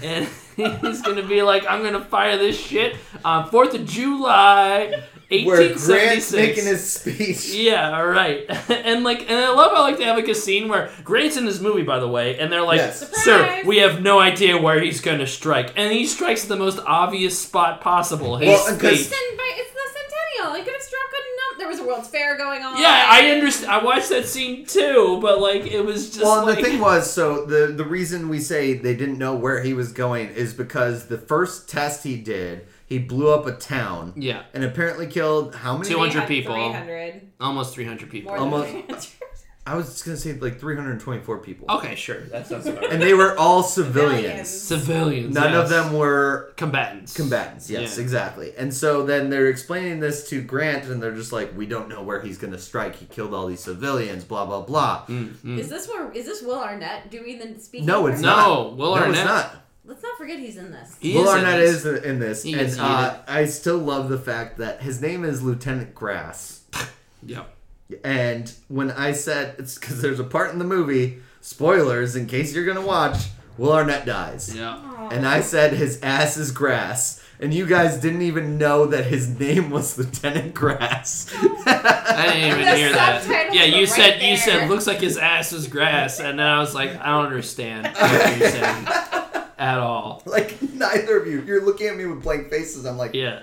B: and he's gonna be like, "I'm gonna fire this shit on Fourth of July,
A: Where Grant's making
B: 1876."
A: his speech.
B: Yeah, all right. and like, and I love how like they have like a scene where Grant's in this movie, by the way, and they're like,
A: Yes.
C: Surprise!
B: "Sir, we have no idea where he's gonna strike," and he strikes at the most obvious spot possible. His
A: Well, 'cause-
B: feet.
C: It's, in- by- it's the centennial. It could have struck a num. There was a World's Fair going on.
B: Yeah, I understand. I watched that scene too, but like, it was just
A: Well, and
B: like,
A: the thing was, so the the reason we say they didn't know where he was going is because the first test he did, he blew up a town
B: yeah.
A: and apparently killed how many?
B: 200. 100 people.
C: 300.
B: Almost 300 people.
C: More
A: Almost-
C: Than 300.
A: I was just gonna say like 324 people,
B: Okay, sure. That sounds about right.
A: and they were all civilians.
C: Civilians.
B: Civilians.
A: None of
B: yes.
A: them were
B: combatants.
A: combatants. Yes,
B: Yeah.
A: exactly. And so then they're explaining this to Grant, and they're just like, "We don't know where he's gonna strike. He killed all these civilians. Blah blah
B: Mm.
A: blah."
B: Hmm.
C: Is this where is this Will Arnett doing the speaking?
A: No, it's
C: part?
A: not.
B: No, Will
A: no,
B: Arnett.
A: It's not.
C: Let's not forget he's in this.
B: He
A: Will
B: is in
A: Arnett
B: this.
A: is in this,
B: He
A: and
B: is in
A: uh, I still love the fact that his name is Lieutenant Grass.
B: Yeah.
A: And when I said it's because there's a part in the movie, spoilers in case you're gonna watch, Will Arnett dies,
B: Yeah.
A: and I said his ass is grass, and you guys didn't even know that his name was Lieutenant Grass.
B: I didn't even
C: The
B: hear that.
C: subtitles
B: Yeah,
C: were
B: you
C: right
B: said you
C: there.
B: said looks like his ass is grass, and then I was like, I don't understand what you're saying at all.
A: like neither of you, you're looking at me with blank faces. I'm like,
B: Yeah.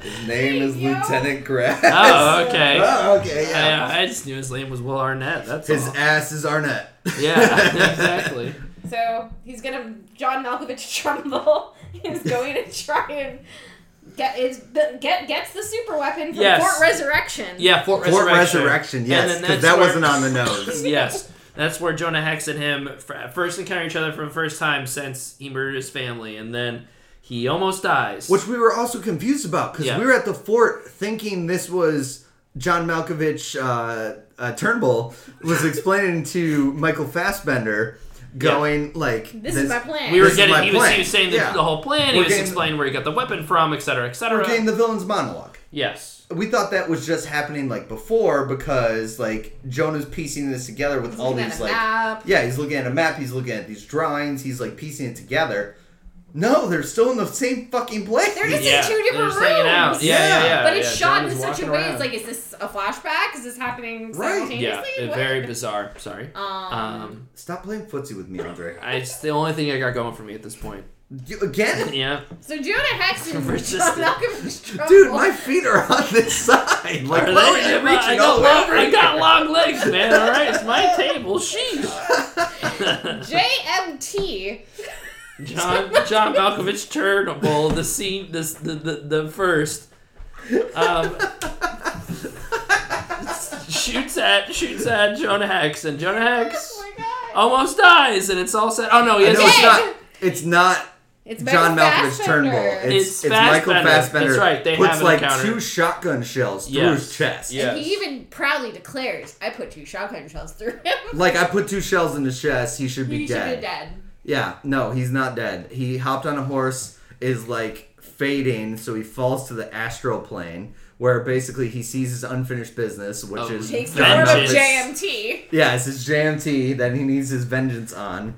A: his name is
C: Yo.
A: Lieutenant Grass.
B: Oh, okay.
A: Oh, okay, yeah.
B: I, I just knew his name was Will Arnett. That's
A: His
B: all.
A: ass is Arnett.
B: yeah, exactly.
C: So he's gonna John Malkovich Trumbull is going to try and get is the, get gets the super weapon from
B: Yes.
C: Fort Resurrection.
B: Yeah, Fort
A: Fort
B: Resurrection.
A: Resurrection,
B: And
A: yes,
B: then
A: because
B: that's
A: that
B: where-
A: wasn't on the nose.
B: yes. That's where Jonah Hex and him f- first encounter each other for the first time since he murdered his family, and then he almost dies.
A: Which we were also confused about because
B: Yeah.
A: we were at the fort thinking this was John Malkovich uh, uh, Turnbull was explaining to Michael Fassbender, going like,
C: This, is my plan.
B: we were
A: This is
B: getting
A: my
B: he was,
A: plan.
B: he was saying the,
A: Yeah.
B: the whole plan.
A: We're
B: he was
A: getting-
B: explaining where he got the weapon from, et cetera, et cetera.
A: we're getting the villain's monologue."
B: yes.
A: We thought that was just happening like before because like Jonah's piecing this together with all
C: looking at
A: these
C: a
A: like
C: map.
A: yeah he's looking at a map he's looking at these drawings he's like piecing it together. No, they're still in the same fucking place.
C: They're just
B: Yeah,
C: in two different
B: they're just hanging out.
C: rooms.
B: Yeah, yeah, yeah,
C: But it's
B: yeah,
C: shot
B: John
C: in
B: is
C: such a
B: walking
C: way.
B: around.
C: It's like, is this a flashback? Is this happening
A: Right.
C: simultaneously?
B: Yeah, it-
C: What?
B: very bizarre. Sorry.
C: Um,
B: Um,
A: Stop playing footsie with me, Andre.
B: I, it's the only thing I got going for me at this point.
A: You, again.
B: Yeah.
C: so Jonah Hex and
B: Resisted.
C: John Malkovich Trumbull.
A: Dude, my feet are on this side. Like, why
B: Are they-
A: are you
B: I,
A: reaching
B: got
A: all
B: long,
A: over
B: I got
A: here?
B: long legs, man. All right, it's my table. Sheesh.
C: JMT.
B: John John Malkovich Turnbull, the scene, this the the, the first. Um, shoots at shoots at Jonah Hex, and Jonah Hex
C: Oh my god.
B: almost dies, and it's all said. Oh no, he
A: I
B: has
A: know
B: to
A: it's
C: Yay!
A: not. It's not
C: It's
A: John Malkovich Turnbull.
C: Fassbender.
A: It's,
B: It's
A: it's, Michael
B: Fassbender.
A: Fassbender.
B: That's right, they
A: puts
B: have an
A: like
B: encounter.
A: two shotgun shells through
B: Yes.
A: his chest.
B: Yeah.
C: And
B: Yes.
C: he even proudly declares, "I put two shotgun shells through him.
A: Like I put two shells in his chest. He should be
C: he should
A: dead.
C: be dead."
A: Yeah. No, he's not dead. He hopped on a horse. Is like fading, so he falls to the astral plane, where basically he sees his unfinished business, which
B: Oh,
A: is
C: Takes the
A: John
C: form of
B: Vengeance.
A: Malkovich-
C: JMT.
A: Yeah, it's his JMT that he needs his vengeance on,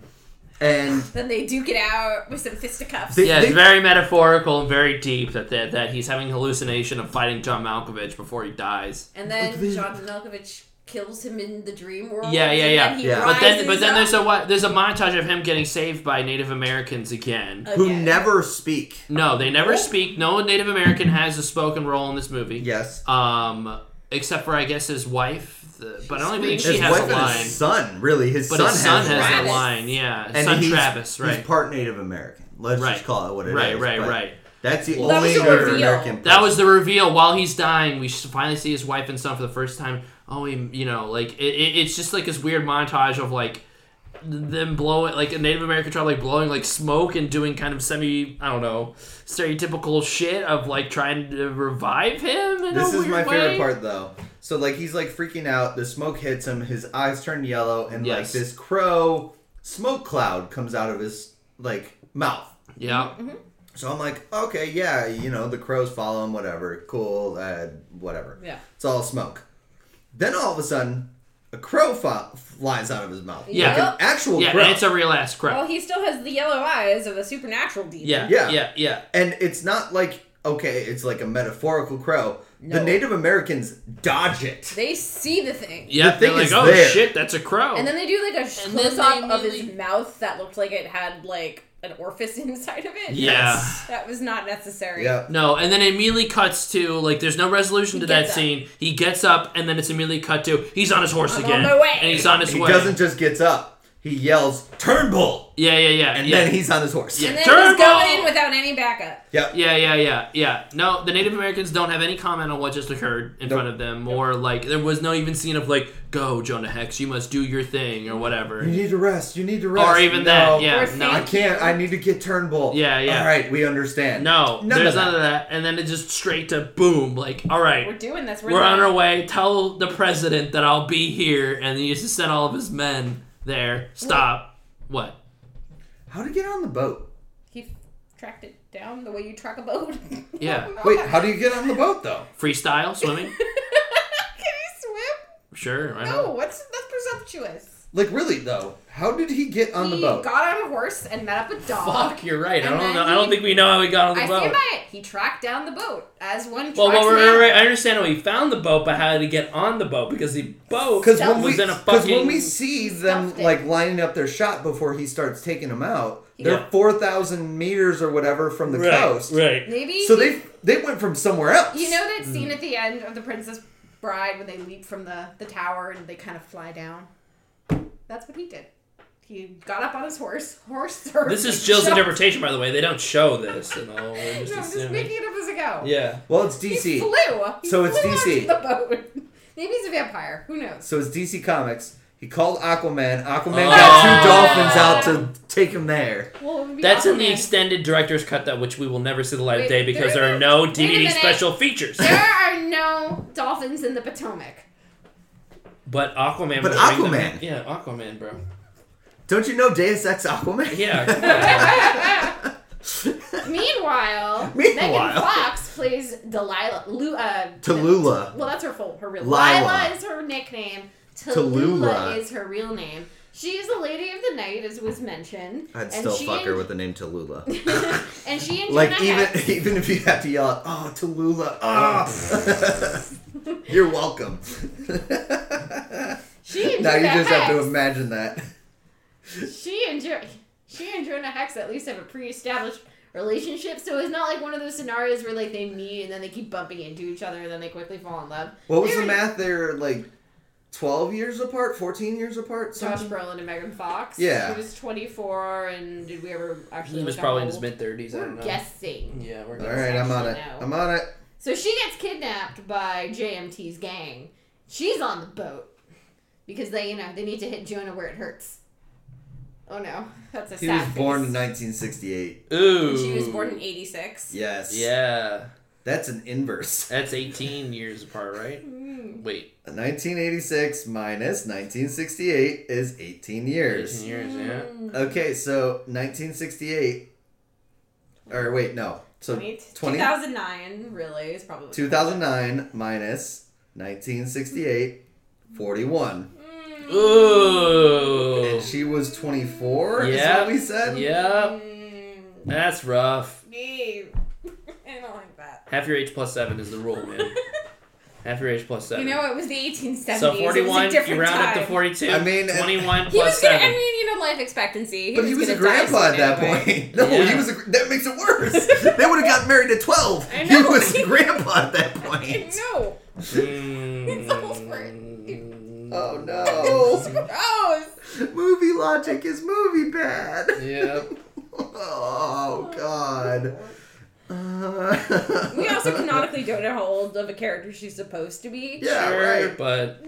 A: and
C: Then they duke it out with some fisticuffs.
A: They-
B: Yeah, it's
A: they-
B: very metaphorical and very deep that, that that he's having hallucination of fighting John Malkovich before he dies.
C: and then
A: Look, they-
C: John Malkovich kills him in the dream world.
B: Yeah, yeah,
C: Oh, and
B: yeah.
C: Then he
A: Yeah.
B: But then, but
C: rises
B: then there's
C: up
B: a what? There's a montage of him getting saved by Native Americans again.
A: who
C: again.
A: never speak.
B: No, they never speak. No Native American has a spoken role in this movie.
A: Yes,
B: Um, except for I guess his wife, the, but I don't think
C: His
B: she has a
A: and
B: line.
A: his son, really. His
B: But
A: son
B: his son
A: has,
B: has,
A: a
C: Travis.
B: a line. Yeah,
A: And
B: son
A: he's-
B: Travis. Right.
A: He's part Native American. Let's
B: Right.
A: just call it what it is.
B: Right, right,
A: but
B: right.
A: That's the
B: Well, that
A: only
B: was a
A: Native
C: reveal.
A: American.
B: That
A: person.
B: was the reveal. While he's dying, we s- finally see his wife and son for the first time. Oh, he, you know, like it, it, it's just like this weird montage of like them blowing, like a Native American tribe, like blowing like smoke and doing kind of semi, I don't know, stereotypical shit of like trying to revive him. In
A: This
B: a
A: is
B: weird
A: my favorite
B: way.
A: part, though. So like he's like freaking out. The smoke hits him. His eyes turn yellow, and like
B: Yes.
A: this crow smoke cloud comes out of his like mouth.
B: Yeah,
A: So I'm like, okay, yeah, you know, the crows follow him, whatever, cool, uh, whatever.
C: Yeah.
A: It's all smoke. Then all of a sudden, a crow fo- flies out of his mouth.
B: Yeah.
A: Like an
C: Oh,
A: actual
B: yeah,
A: crow.
B: and it's a real ass crap.
C: Well, he still has the yellow eyes of a supernatural demon.
B: yeah,
A: Yeah.
B: yeah, yeah, yeah.
A: and it's not like, okay, it's like a metaphorical crow.
C: No.
A: The Native Americans dodge it.
C: They see the thing.
B: Yep,
A: thing
B: they're like,
A: is
B: oh
A: there.
B: shit, that's a crow.
C: And then they do like a
B: And then
C: close up
B: they
C: of his
B: immediately-
C: mouth that looked like it had like an orifice inside of it.
B: yeah.
C: That was not necessary.
A: Yeah.
B: No, and then it immediately cuts to like there's no resolution
C: He
B: to that
C: gets up.
B: scene. He gets up, and then it's immediately cut to he's on his horse
C: I'm on
B: again,
C: my way.
B: and he's on his
A: He
B: way.
A: doesn't just gets up. He yells, "Turnbull!"
B: Yeah, yeah, yeah,
A: And
B: yeah.
A: then he's on his horse.
B: Yeah.
C: And then
B: Turbo!
C: he's going in without any backup.
A: Yep.
B: yeah, yeah, yeah, yeah. No, the Native Americans don't have any comment on what just occurred in
A: Nope.
B: front of them, or like there was no even scene of like, "Go, Jonah Hex, you must do your thing" or
A: You
B: whatever,
A: need to rest. You need to rest.
B: or even
A: No,
B: that. Yeah,
C: Or
A: I
B: no,
C: think-
A: can't. I need to get Turnbull.
B: Yeah, yeah.
A: All right, we understand.
B: no.
A: None of
B: there's
A: that.
B: none of that, and then it just straight to boom. Like, all right,
C: We're doing this.
B: We're on
C: doing
B: our way. Tell the president that I'll be here, and he used to send all of his men there. Stop. What?
A: How to get on the boat?
C: He tracked it down the way you track a boat.
B: Yeah.
A: Wait, how do you get on the boat though?
B: Freestyle swimming?
C: Can he swim?
B: sure. Why
C: No,
B: not?
C: what's that's presumptuous.
A: Like really though, how did he get on the
C: he
A: boat?
C: got on a horse and met up a dog.
B: Fuck, you're right. I
C: And
B: don't
C: then
B: know. I don't
C: he-
B: think we know how he got on the
C: I
B: boat.
C: stand by it. He tracked down the boat as
B: Well,
C: one. tracks
B: well,
C: an
B: we're,
C: animal.
B: we're, I understand how he found the boat, but how did he get on the boat? Because the boat
A: Because
C: That
A: when we
B: was in a
A: because when
B: fucking-
A: we see them
C: Stuffed it.
A: like lining up their shot before he starts taking them out, they're
B: Yeah.
A: four thousand meters or whatever from the
B: right,
A: coast.
B: right.
C: Maybe
A: So
C: he-
A: they they went from somewhere else.
C: You know that
B: Mm.
C: scene at the end of The Princess Bride when they leap from the, the tower and they kind of fly down? That's what he did. He got up on his horse. Horse or
B: This is Jill's
C: jumped.
B: interpretation, by the way. They don't show this. You know, we're just
C: No, I'm just
B: assuming.
C: making it up as I go.
B: Yeah.
A: Well, it's
C: He
A: DC.
C: flew. He
A: So it's
C: flew
A: DC.
C: onto The boat. Maybe he's a vampire. Who knows?
A: So it's DC Comics. He called Aquaman. Aquaman
B: Oh.
A: got two dolphins out to take him there.
C: Well, it would be
B: That's in the
C: Aquaman.
B: extended director's cut, that which we will never see the light of
C: Wait,
B: day because
C: there
B: there are
C: is-
B: no
C: wait a
B: DVD
C: minute.
B: special features.
C: There are no dolphins in the Potomac.
B: But Aquaman.
A: But
B: would bring them-
A: Aquaman.
B: yeah, Aquaman, bro.
A: Don't you know Deus Ex Aquaman?
B: Yeah. come on.
C: Meanwhile,
A: Meanwhile.
C: Megan Fox plays Delilah. Lu, uh,
A: Tallulah.
C: Well, that's her full her real.
A: Lila.
C: Lila is her nickname.
A: Tallulah.
C: Tallulah is her real name. She is a lady of the night, as was mentioned.
A: I'd still
C: she
A: fuck
C: and,
A: her with the name Tallulah.
C: and she and
A: Like
C: Jonah
A: even
C: Hex-
A: even if you have to yell out, "Oh, Tallulah!" Oh. You're welcome.
C: she and
A: now you
C: Jonah
A: just have to
C: Hex-
A: imagine that.
C: she and jo- she and Jonah Hex at least have a pre-established relationship, so it's not like one of those scenarios where like they meet and then they keep bumping into each other and then they quickly fall in love.
A: What was
C: They
A: the
C: were-
A: math? They're like twelve years apart, fourteen years apart.
C: Josh
A: Something?
C: Brolin and Megan Fox.
A: Um, Yeah.
C: He was 24 and did we ever actually
B: He was
C: look up
B: probably
C: how
B: in his
C: old?
B: mid thirties. I
C: We're
B: don't know.
C: guessing.
B: Yeah, we're
A: All
B: guessing.
A: right, I'm on it.
C: No.
A: I'm on it.
C: So she gets kidnapped by JMT's gang She's on the boat because they, you know, they need to hit Jonah where it hurts. Oh no, that's a
A: He
C: sad
A: was born in
C: face.
A: 1968.
B: Ooh.
C: And She was born in '86.
A: Yes.
B: Yeah.
A: That's an inverse.
B: That's 18 years apart, right?
C: Mm.
B: Wait.
A: 1986 minus 1968 is 18 years.
B: 18 years, yeah.
A: Okay, so 1968. Or wait, no. So 20,
C: 2009 really is probably
A: 2009 minus 1968, 41.
C: Mm.
B: Ooh.
A: And she was 24, is
B: Yeah.
A: what we said?
B: Yep.
C: Mm,
B: That's rough.
C: babe. I don't like that.
B: Half your age plus seven is the rule, man. Half your age plus
C: You
B: seven.
C: know, it was the 1870s.
B: so
C: it was a
B: 41, you
C: different
B: round
C: time.
B: up to 42.
A: I mean, uh, it-
B: 21
C: He
B: plus
C: was gonna. I
B: 7.
C: mean, you know, life expectancy.
A: But he was a
C: gonna die
A: grandpa at
C: soon
A: that
C: anyway.
A: point. No,
B: Yeah.
A: he was a, gr- that makes it worse. they would have gotten married at 12.
C: I
A: He
C: know.
A: was a grandpa at that point.
C: No. It's over.
B: Mm.
A: Oh no.
C: Gross.
A: movie logic is movie bad.
B: Yep.
A: Oh god. Uh,
C: We also canonically don't know how old of a character she's supposed to be.
A: Yeah,
B: Sure,
A: right.
B: but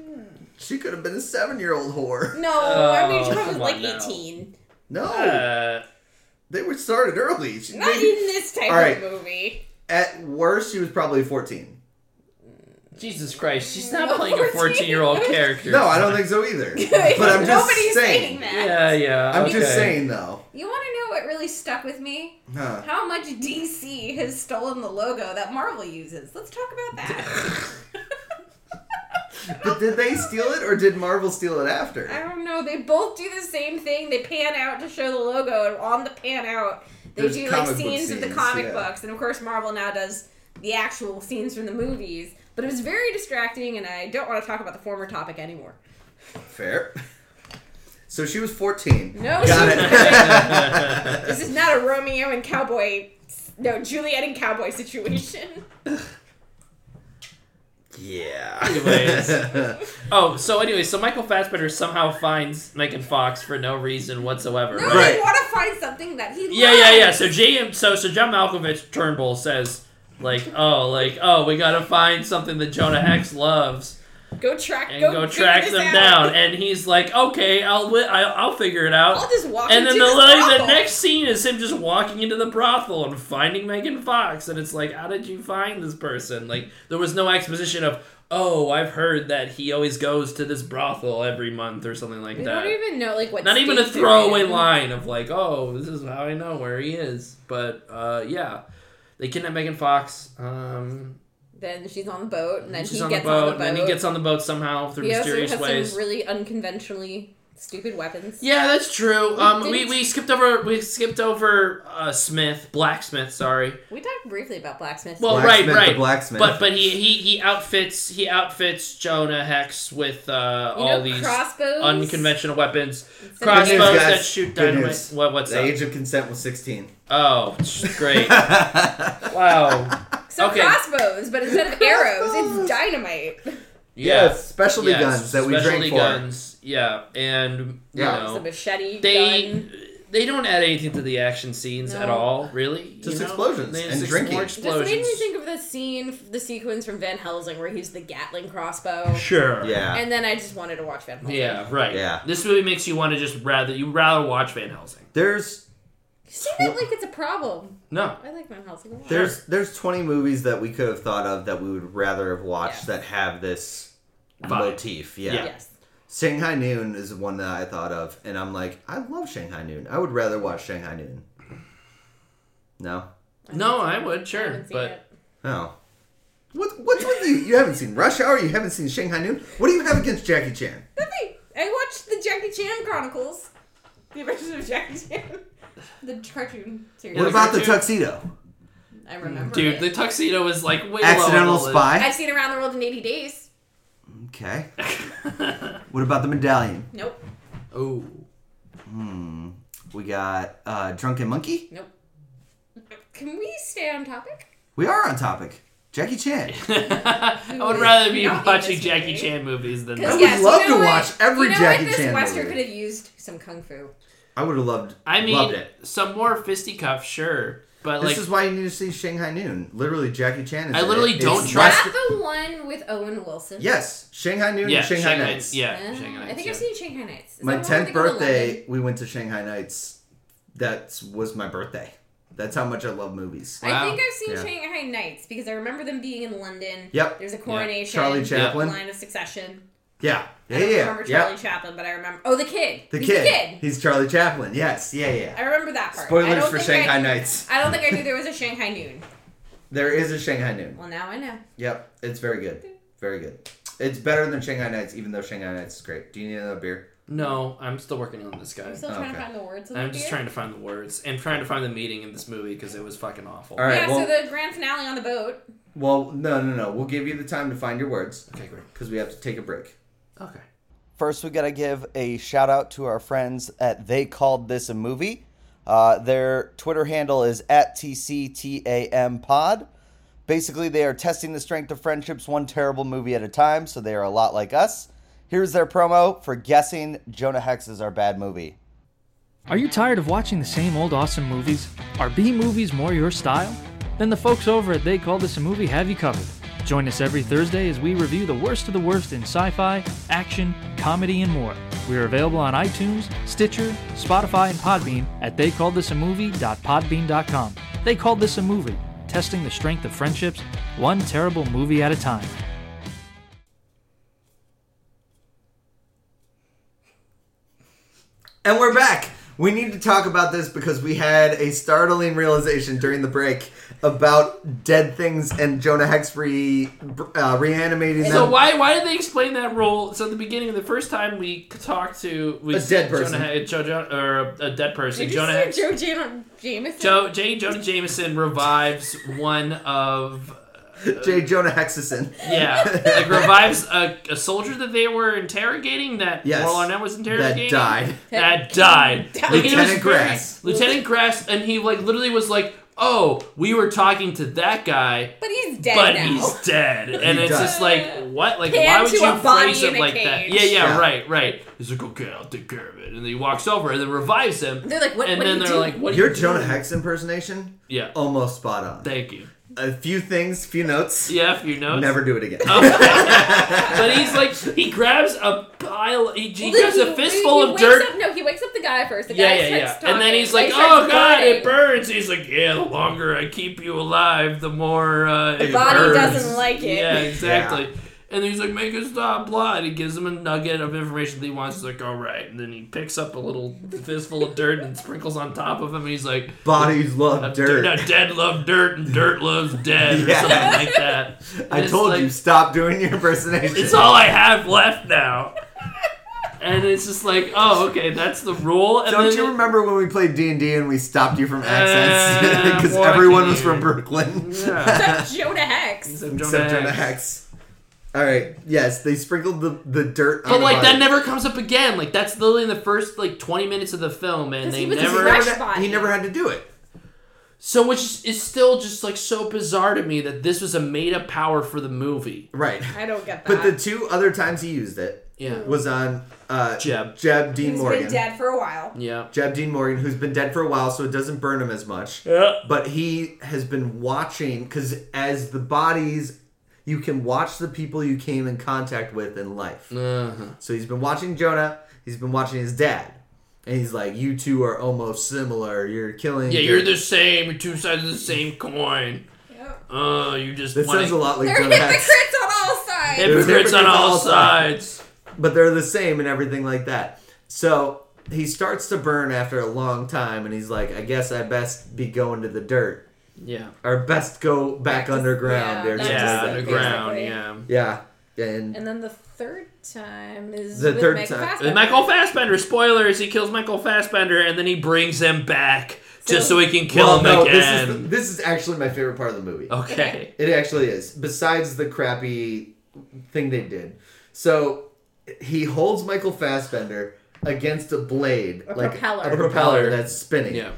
A: She could have been a seven-year-old whore.
C: No, I mean she
B: Oh,
C: probably
B: come
C: was like
B: on now.
C: 18.
A: No,
B: uh,
A: they were started early. She,
C: Not in
A: maybe,
C: this type
A: All right.
C: of movie.
A: at worst, she was probably fourteen.
B: Jesus Christ, she's not
C: No,
B: playing a 14 year old
C: 14.
B: character.
A: No, I don't think so either. But I'm just
C: Nobody's
A: saying.
C: that.
B: Yeah, yeah.
A: I'm just
B: okay.
A: saying though.
C: You want to know what really stuck with me?
A: Huh.
C: How much DC has stolen the logo that Marvel uses. Let's talk about that.
A: But did they steal it or did Marvel steal it after?
C: I don't know. They both do the same thing. They pan out to show the logo, and on the pan out, they
A: There's
C: do like
A: comic book
C: scenes, of the
A: scenes,
C: comic
A: yeah.
C: books, and of course Marvel now does the actual scenes from the movies. But it was very distracting, and I don't want to talk about the former topic anymore.
A: Fair. So she was 14. Got
C: No, she
A: it.
C: This is not a Romeo and cowboy, no Juliet and cowboy situation.
A: yeah.
B: Anyways. Oh, so anyway, so Michael Fassbender somehow finds Megan Fox for no reason whatsoever.
C: No,
B: right?
A: Right.
C: I want to find something that he.
B: Yeah,
C: loves.
B: yeah, yeah. So JM, so so John Malkovich Turnbull says, like, oh, like, oh, we gotta find something that Jonah Hex loves
C: Go track.
B: and
C: go,
B: go,
C: figure
B: track
C: this
B: them
C: out.
B: down. And he's like, okay, I'll li- I'll, I'll figure it out.
C: I'll just walk
B: and
C: into
B: then the
C: this
B: like, the
C: brothel.
B: next scene is him just walking into the brothel and finding Megan Fox, and it's like, how did you find this person? Like, there was no exposition of, oh, I've heard that he always goes to this brothel every month or something like
C: We
B: that.
C: don't even know like what.
B: Not even a
C: state they're
B: throwaway
C: in.
B: line of like, oh, this is how I know where he is. But uh, yeah, they kidnap Megan Fox. Um,
C: Then she's on the boat, and then
B: she's
C: he
B: on the,
C: gets
B: boat,
C: on the boat.
B: and then he gets on the boat somehow through
C: He also
B: mysterious
C: has
B: ways.
C: some really unconventionally stupid weapons.
B: Yeah, that's true. Um, we,
C: didn't-
B: we skipped over we skipped over uh, Smith, blacksmith. Sorry.
C: We talked briefly about blacksmiths.
B: Well,
A: Blacksmith,
B: right, right.
A: The blacksmith.
B: But but he, he he outfits he outfits Jonah Hex with uh,
C: you
B: all
C: know,
B: these
C: crossbows,
B: unconventional weapons,
C: instead of
B: crossbows
A: guys.
B: that shoot
A: Good
B: dynamite.
A: news.
B: What what's
A: the
B: up?
A: age of consent was 16.
B: Oh, great! wow.
C: So
B: Okay.
C: crossbows, but instead of arrows, it's
A: Crossbows.
C: dynamite.
B: Yeah.
A: Specialty
B: Yes,
A: guns that we
B: specialty
A: drank for.
B: guns. Yeah, and you
A: Yeah.
B: know,
C: It's a machete
B: they
C: gun.
B: they don't add anything to the action scenes at
C: No.
B: all, really. you
A: Just
B: know?
A: explosions
B: They
A: and
B: just
A: drinking.
B: more
A: Just
C: This made me
B: explosions.
C: think of the scene, the sequence from Van Helsing where he's the Gatling crossbow,
B: Sure.
A: Yeah.
C: and then I just wanted to watch Van Helsing.
B: Yeah. Right.
A: Yeah.
B: This movie makes you want to just rather you rather watch Van Helsing.
A: There's
C: You say that like it's a problem.
B: No.
C: I like Van Helsing a lot.
A: there's there's 20 movies that we could have thought of that we would rather have watched
C: Yeah.
A: that have this
B: Vibe.
A: motif. Yeah.
B: Yeah.
C: Yes.
A: Shanghai Noon is one that I thought of, and I'm like, I love Shanghai Noon. I would rather watch Shanghai Noon. No.
B: No, I would
C: I
B: sure,
C: haven't seen
B: but
C: it.
A: No. What, what's with you? You haven't seen Rush Hour. You haven't seen Shanghai Noon. What do you have against Jackie Chan?
C: Nothing. I watched the Jackie Chan Chronicles. The adventures of Jackie Chan. The cartoon series.
A: What
B: Yeah,
A: about the
B: cartoon.
A: tuxedo?
C: I remember.
B: dude,
C: it.
B: the tuxedo is like way
A: Accidental
B: low on the list.
A: spy.
C: I've seen Around the World in 80 Days.
A: Okay. What about the medallion?
C: Nope.
B: oh,
A: Hmm. We got uh, Drunken Monkey.
C: Nope. Can we stay on topic?
A: We are on topic. Jackie Chan.
B: I would
C: is
B: rather be
C: not in
B: watching
C: this
B: Jackie
C: movie?
B: Chan movies than
A: I
B: this.
A: would love to watch every
C: you know
A: Jackie
C: what? This
A: Chan
C: Western
A: movie.
C: could have used some kung fu.
A: I would have loved.
B: I mean,
A: loved it.
B: some more fisticuffs, sure. But
A: This
B: like,
A: is why you need to see Shanghai Noon. Literally, Jackie Chan is.
B: I
A: in
B: literally
A: it.
B: don't
A: It's
B: trust-
A: less-
C: Not the one with Owen Wilson.
A: Yes, Shanghai Noon
B: yeah,
A: and Shanghai,
B: Shanghai,
A: Nights.
B: yeah,
C: Uh,
B: Shanghai
C: I think
B: yeah.
C: I've seen Shanghai Nights. Is
A: My
C: that the one where
A: tenth
C: they go to
A: birthday,
C: London?
A: we went to Shanghai Nights. That was my birthday. That's how much I love movies.
B: Wow.
C: I think I've seen
A: Yeah.
C: Shanghai Nights because I remember them being in London.
A: Yep.
C: There's a coronation.
A: Charlie Chaplin.
C: Line of succession.
A: Yeah, yeah,
C: I don't
A: yeah.
C: remember
A: yeah.
C: Charlie Chaplin, but I remember. Oh, the kid.
A: The
C: He's
A: kid.
C: The kid.
A: He's Charlie Chaplin. Yes, yeah, yeah.
C: I remember that part. I
A: Spoilers
C: don't
A: for
C: think
A: Shanghai
C: I,
A: Nights.
C: I don't think I knew there was a Shanghai Noon.
A: There is a Shanghai Noon.
C: Well, now I know.
A: Yep, it's very good. Very good. It's better than Shanghai Nights, even though Shanghai Nights is great. Do you need another beer?
B: No, I'm still working on this guy.
C: I'm still
A: Oh,
C: trying
A: okay.
C: to find the words. Of
B: I'm
C: the
B: just
C: beer.
B: trying to find the words and trying to find the meaning in this movie because it was fucking awful.
A: All right.
C: yeah,
A: well,
C: so the grand finale on the boat.
A: well, no, no, no. We'll give you the time to find your words
B: Okay, great.
A: because we have to take a break.
B: Okay.
A: First, we got to give a shout out to our friends at They Called This a Movie. Uh, their Twitter handle is at TCTAM Pod. Basically, they are testing the strength of friendships one terrible movie at a time, so they are a lot like us. Here's their promo for guessing Jonah Hex is our bad movie.
D: Are you tired of watching the same old awesome movies? Are B movies more your style? Then the folks over at They Call This a Movie have you covered. Join us every Thursday as we review the worst of the worst in sci fi, action, comedy, and more. We are available on iTunes, Stitcher, Spotify, and Podbean at theycalledthisamovie.podbean.com. They Called This a Movie, testing the strength of friendships, one terrible movie at a time.
A: And we're back. We need to talk about this because we had a startling realization during the break about dead things and Jonah Hex re, uh, reanimating them.
B: So why why did they explain that rule? So at the beginning, the first time we talked to we
A: A dead
B: Jonah
A: person.
B: Hex- Jo- Jo- or a- a dead person,
C: Did
B: Jonah
C: you
B: Hex,
C: see Joe Jam- Jameson?
B: Joe J. Jonah Jameson revives one of
A: J. Jonah Hexison.
B: yeah like revives a, a soldier that they were interrogating that
A: Yes.
B: Mortal Arnett was
A: That
B: interrogating
A: died.
B: that died
C: Died.
B: Like, it was
A: Lieutenant
B: very-
A: Grass.
B: Lieutenant Grass and he like literally was like oh we were talking to that guy
C: But he's dead
B: but
C: now.
B: he's dead. And it's
A: died.
B: just like, what? Like,
C: Hand
B: why would
C: to
B: you
C: a body
B: phrase
C: in
B: it
C: a
B: like that?
C: cage.
B: Yeah, yeah,
A: Yeah.
B: right, right. He's like, okay, I'll take care of it. And then he walks over and then revives him.
C: They're like, what-
B: And
C: what
B: then
C: do you
B: they're
C: do?
B: like, what? are
A: Your
B: you
A: Jonah
B: doing?
A: Hex impersonation?
B: Yeah. Oh,
A: Almost spot on.
B: Thank you.
A: A few things, few notes.
B: Yeah, if you know.
A: Never do it again.
B: But he's like, he grabs a pile. He, he grabs
C: He-
B: a fistful
C: he
B: of
C: wakes
B: dirt.
C: Up, no, he wakes up the guy first. The
B: yeah,
C: guy
B: yeah, yeah.
C: starts
B: And then
C: talking.
B: he's like,
C: He starts
B: "Oh God, it
C: burning.
B: burns." He's like, "Yeah, the longer I keep you alive, the more uh, it
A: body
B: burns."
A: doesn't
C: like it.
B: Yeah, exactly. And he's like, "Make it stop, blah." And he gives him a nugget of information that he wants. He's like, "All right." And then he picks up a little fistful of dirt and sprinkles on top of him. And he's like,
A: Bodies love dirt.
B: No, dead love dirt, and dirt loves dead, or
A: Yeah.
B: something like that."
A: I
B: It's
A: told
B: like-
A: you, stop doing your impersonation.
B: it's all I have left now. And it's just like, oh, okay, that's the rule. And
A: Don't
B: then
A: you
B: it-
A: remember when we played D and D and we stopped you from accents
B: Uh,
A: because
B: boy,
A: everyone
B: dude.
A: was from Brooklyn
B: Yeah.
C: Except Jonah Hex.
B: Except
A: except Jonah Hex. All right. Yes, they sprinkled the the dirt. on
B: But
A: the
B: like that
A: body.
B: never comes up again. Like that's literally in the first like twenty minutes of the film, and
C: 'Cause
B: they
C: he was a
B: never.
C: fresh-
A: Never had- He never had to do it.
B: So which is- is still just like so bizarre to me that this was a made up power for the movie.
A: Right.
C: I don't get that.
A: But the two other times he used it
B: Yeah.
A: was on uh,
B: Jeb.
A: Jeb Dean
C: he's
A: Morgan.
C: been dead for a while.
B: Yeah.
A: Jeb Dean Morgan, who's been dead for a while, so it doesn't burn him as much.
B: Yeah.
A: But he has been watching because as the bodies, you can watch the people you came in contact with in life.
B: Mm.
A: So he's been watching Jonah. He's been watching his dad, and he's like, "You two are almost similar. You're killing.
B: Yeah, you're the same. You're two sides of the same coin.
C: Yep.
B: Uh, you just
A: That
B: wanna-
A: sounds a lot like
C: They're
A: Jonah Hex,
C: hypocrites on all sides.
A: There's
B: hypocrites on
A: hypocrites
B: all
A: all sides.
B: sides.
A: but they're the same and everything like that. So he starts to burn after a long time, and he's like, "I guess I best be going to the dirt,
B: Yeah.
A: or best go back,
C: to-
A: underground."
C: yeah,
A: or
C: that's
A: something
B: Yeah,
A: like that.
B: underground.
C: Basically.
B: Yeah.
A: Yeah, and,
C: And then the third time is
A: The
C: with
A: third
C: Michael
A: time-
C: Fassbender.
B: And Michael Fassbender. Spoilers. He kills Michael Fassbender, and then he brings him back just so he can kill
A: well,
B: him
A: no,
B: again. Oh.
A: This is, this is actually my favorite part of the movie.
B: Okay.
A: It actually is. Besides the crappy thing they did. So he holds Michael Fassbender against a blade,
C: A
A: like
C: propeller.
A: a propeller that's spinning,
B: Yeah.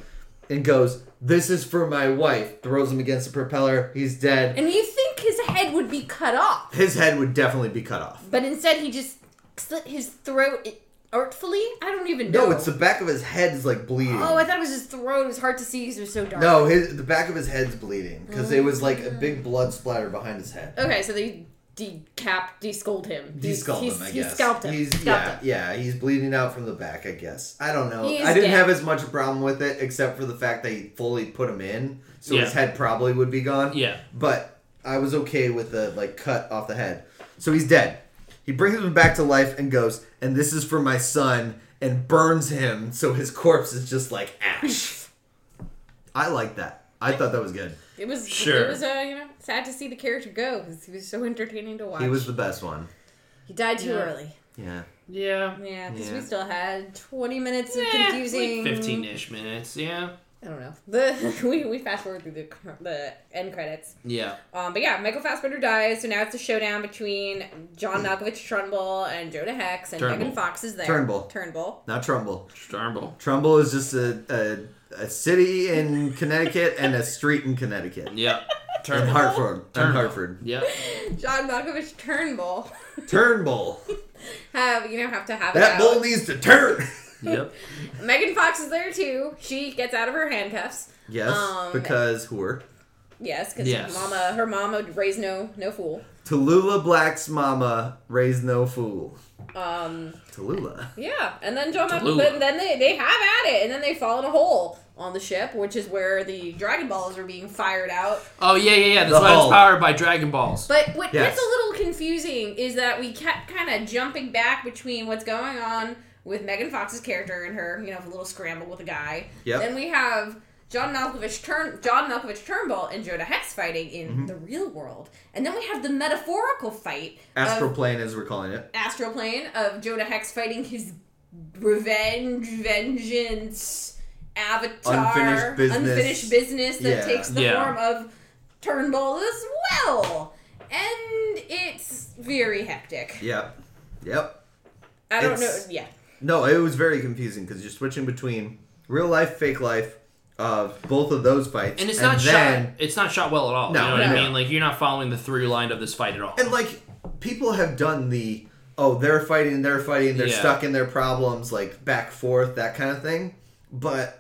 A: and goes, "This is for my wife." Throws him against the propeller. He's dead.
C: And you think his head would be cut off,
A: His head would definitely be cut off.
C: but instead he just slit his throat i- artfully? I don't even know.
A: No, it's the back of his head is like bleeding.
C: Oh, I thought it was his throat. It was hard to see because it was so dark.
A: no, his, the back of his head's bleeding because it was like a
C: Mm.
A: big blood splatter behind his head.
C: Okay, so they decap, descold him. He-
A: Descalped
C: he's-
A: him, I
C: He
A: guess.
C: scalped him.
A: He's,
C: Scalped
A: yeah,
C: him.
A: yeah, he's bleeding out from the back, I guess. I don't know.
C: He is
A: I didn't
C: dead.
A: have as much problem with it except for the fact they fully put him in, so
B: Yeah.
A: his head probably would be gone.
B: Yeah.
A: But I was okay with the like cut off the head. So he's dead. He brings him back to life and goes, and this is for my son, and burns him so his corpse is just like ash. I like that. I thought that was good.
C: It was
B: Sure.
C: It was uh, you know sad to see the character go because he was so entertaining to watch.
A: He was the best one.
C: He died too
B: Yeah.
C: early.
A: Yeah.
B: Yeah.
C: Yeah, because
A: Yeah.
C: we still had twenty minutes of
B: Eh,
C: confusing.
B: Like 15 ish minutes. Yeah.
C: I don't know. The we, we fast forward through the the end credits.
B: Yeah.
C: Um, but yeah, Michael Fassbender dies, so now it's a showdown between John Malkovich Trumbull and Jonah Hex, and
B: Turnbull.
C: Megan Fox is there.
A: Turnbull.
C: Turnbull.
A: Not Trumbull.
B: Starble.
A: Trumbull is just a, a, a city in Connecticut and a street in Connecticut.
B: Yep.
A: And
B: Turnbull.
A: Hartford. And
B: Turnbull.
A: Hartford.
B: Yep.
C: John Malkovich Turnbull
A: Turnbull.
C: have you know have to have it
A: That
C: out.
A: bull needs to turn.
B: Yep.
C: Megan Fox is there too. She gets out of her handcuffs.
A: Yes,
C: Um,
A: because whore.
C: Yes, because
B: Yes.
C: mama, her mama raised no no fool.
A: Tallulah Black's mama raised no fool.
C: Um,
A: Tallulah.
C: yeah, and then John Malkovich.
B: Tallulah.
C: But then they they have at it, and then they fall in a hole on the ship, which is where the Dragon Balls are being fired out.
B: Oh, yeah, yeah, yeah. That's
A: The
B: why
A: Hulk.
B: it's powered by Dragon Balls.
C: But what
A: Yes.
C: gets a little confusing is that we kept kind of jumping back between what's going on with Megan Fox's character and her, you know, little scramble with a guy.
A: Yep.
C: Then we have John Malkovich Turn John Malkovich Turnbull and Jonah Hex fighting in the real world, and then we have the metaphorical fight
B: uh,
C: of
A: Astroplane, as we're calling it.
C: astral plane of Jonah Hex fighting his revenge, vengeance, avatar,
A: Unfinished business.
C: unfinished business that
A: Yeah.
C: takes the
B: Yeah.
C: form of Turnbull as well. And it's very hectic.
A: Yep. Yep.
C: I don't
A: It's-
C: know. Yeah.
A: No, it was very confusing because you're switching between real life, fake life of both of those fights.
B: and it's not shot. It's not shot well at all.
A: No,
B: you know what
A: no.
B: I mean? Like you're not following the through line of this fight at all.
A: And like people have done the oh they're fighting they're fighting they're
B: Yeah.
A: stuck in their problems like back forth that kind of thing, but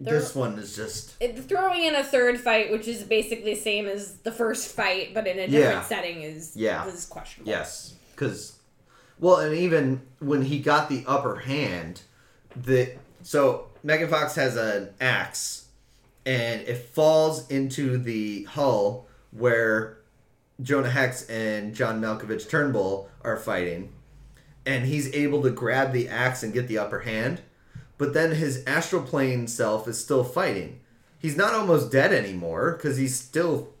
C: They're-
A: this one is just
C: It, throwing in a third fight, which is basically the same as the first fight, but in a different
A: Yeah.
C: setting, is
A: Yeah.
C: is questionable.
A: yes because well and even when he got the upper hand the so Megan Fox has an axe and it falls into the hull where Jonah Hex and John Malkovich Turnbull are fighting, and he's able to grab the axe and get the upper hand, but then his astral plane self is still fighting. He's not almost dead anymore because he's still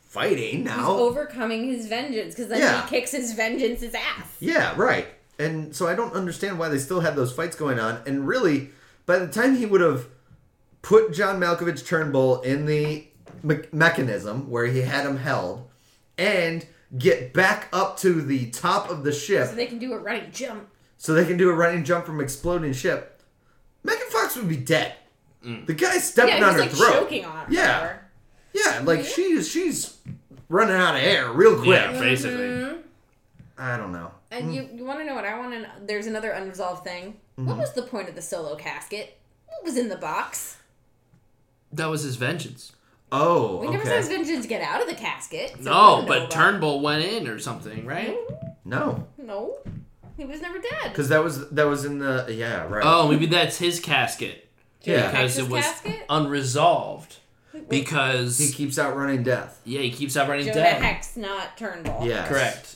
A: fighting
C: He's
A: now.
C: overcoming his vengeance because then
A: Yeah.
C: he kicks his vengeance's ass.
A: yeah, right. And so I don't understand why they still had those fights going on. And really, by the time he would have put John Malkovich Turnbull in the me- mechanism where he had him held and get back up to the top of the ship
C: So they can do a running jump.
A: so they can do a running jump from exploding ship, Megan Fox would be dead. The guy's stepping
C: Yeah, he
A: on
C: was
A: her
C: like
A: throat.
C: choking on. her.
A: Yeah. Yeah, like she's she's running out of air real quick.
B: yeah, basically.
C: Mm-hmm.
A: I don't know.
C: And you, you want to know what I want to? There's another unresolved thing.
A: Mm-hmm.
C: What was the point of the solo casket? What was in the box?
B: That was his vengeance.
A: Oh,
C: We never saw
A: okay.
C: his vengeance get out of the casket. so I
B: No,
C: don't know
B: but
C: about-
B: Turnbull went in or something, right?
A: No,
C: No, he was never dead.
A: because that was that was in the yeah right.
B: Oh, maybe that's his casket
A: yeah,
B: because
C: Hex's
B: it was
C: casket?
B: unresolved.
A: he
B: Because
A: keeps outrunning death.
B: yeah, he keeps out running
C: Jonah
B: dead.
C: Hex, not Turnbull.
A: Yeah,
B: Correct.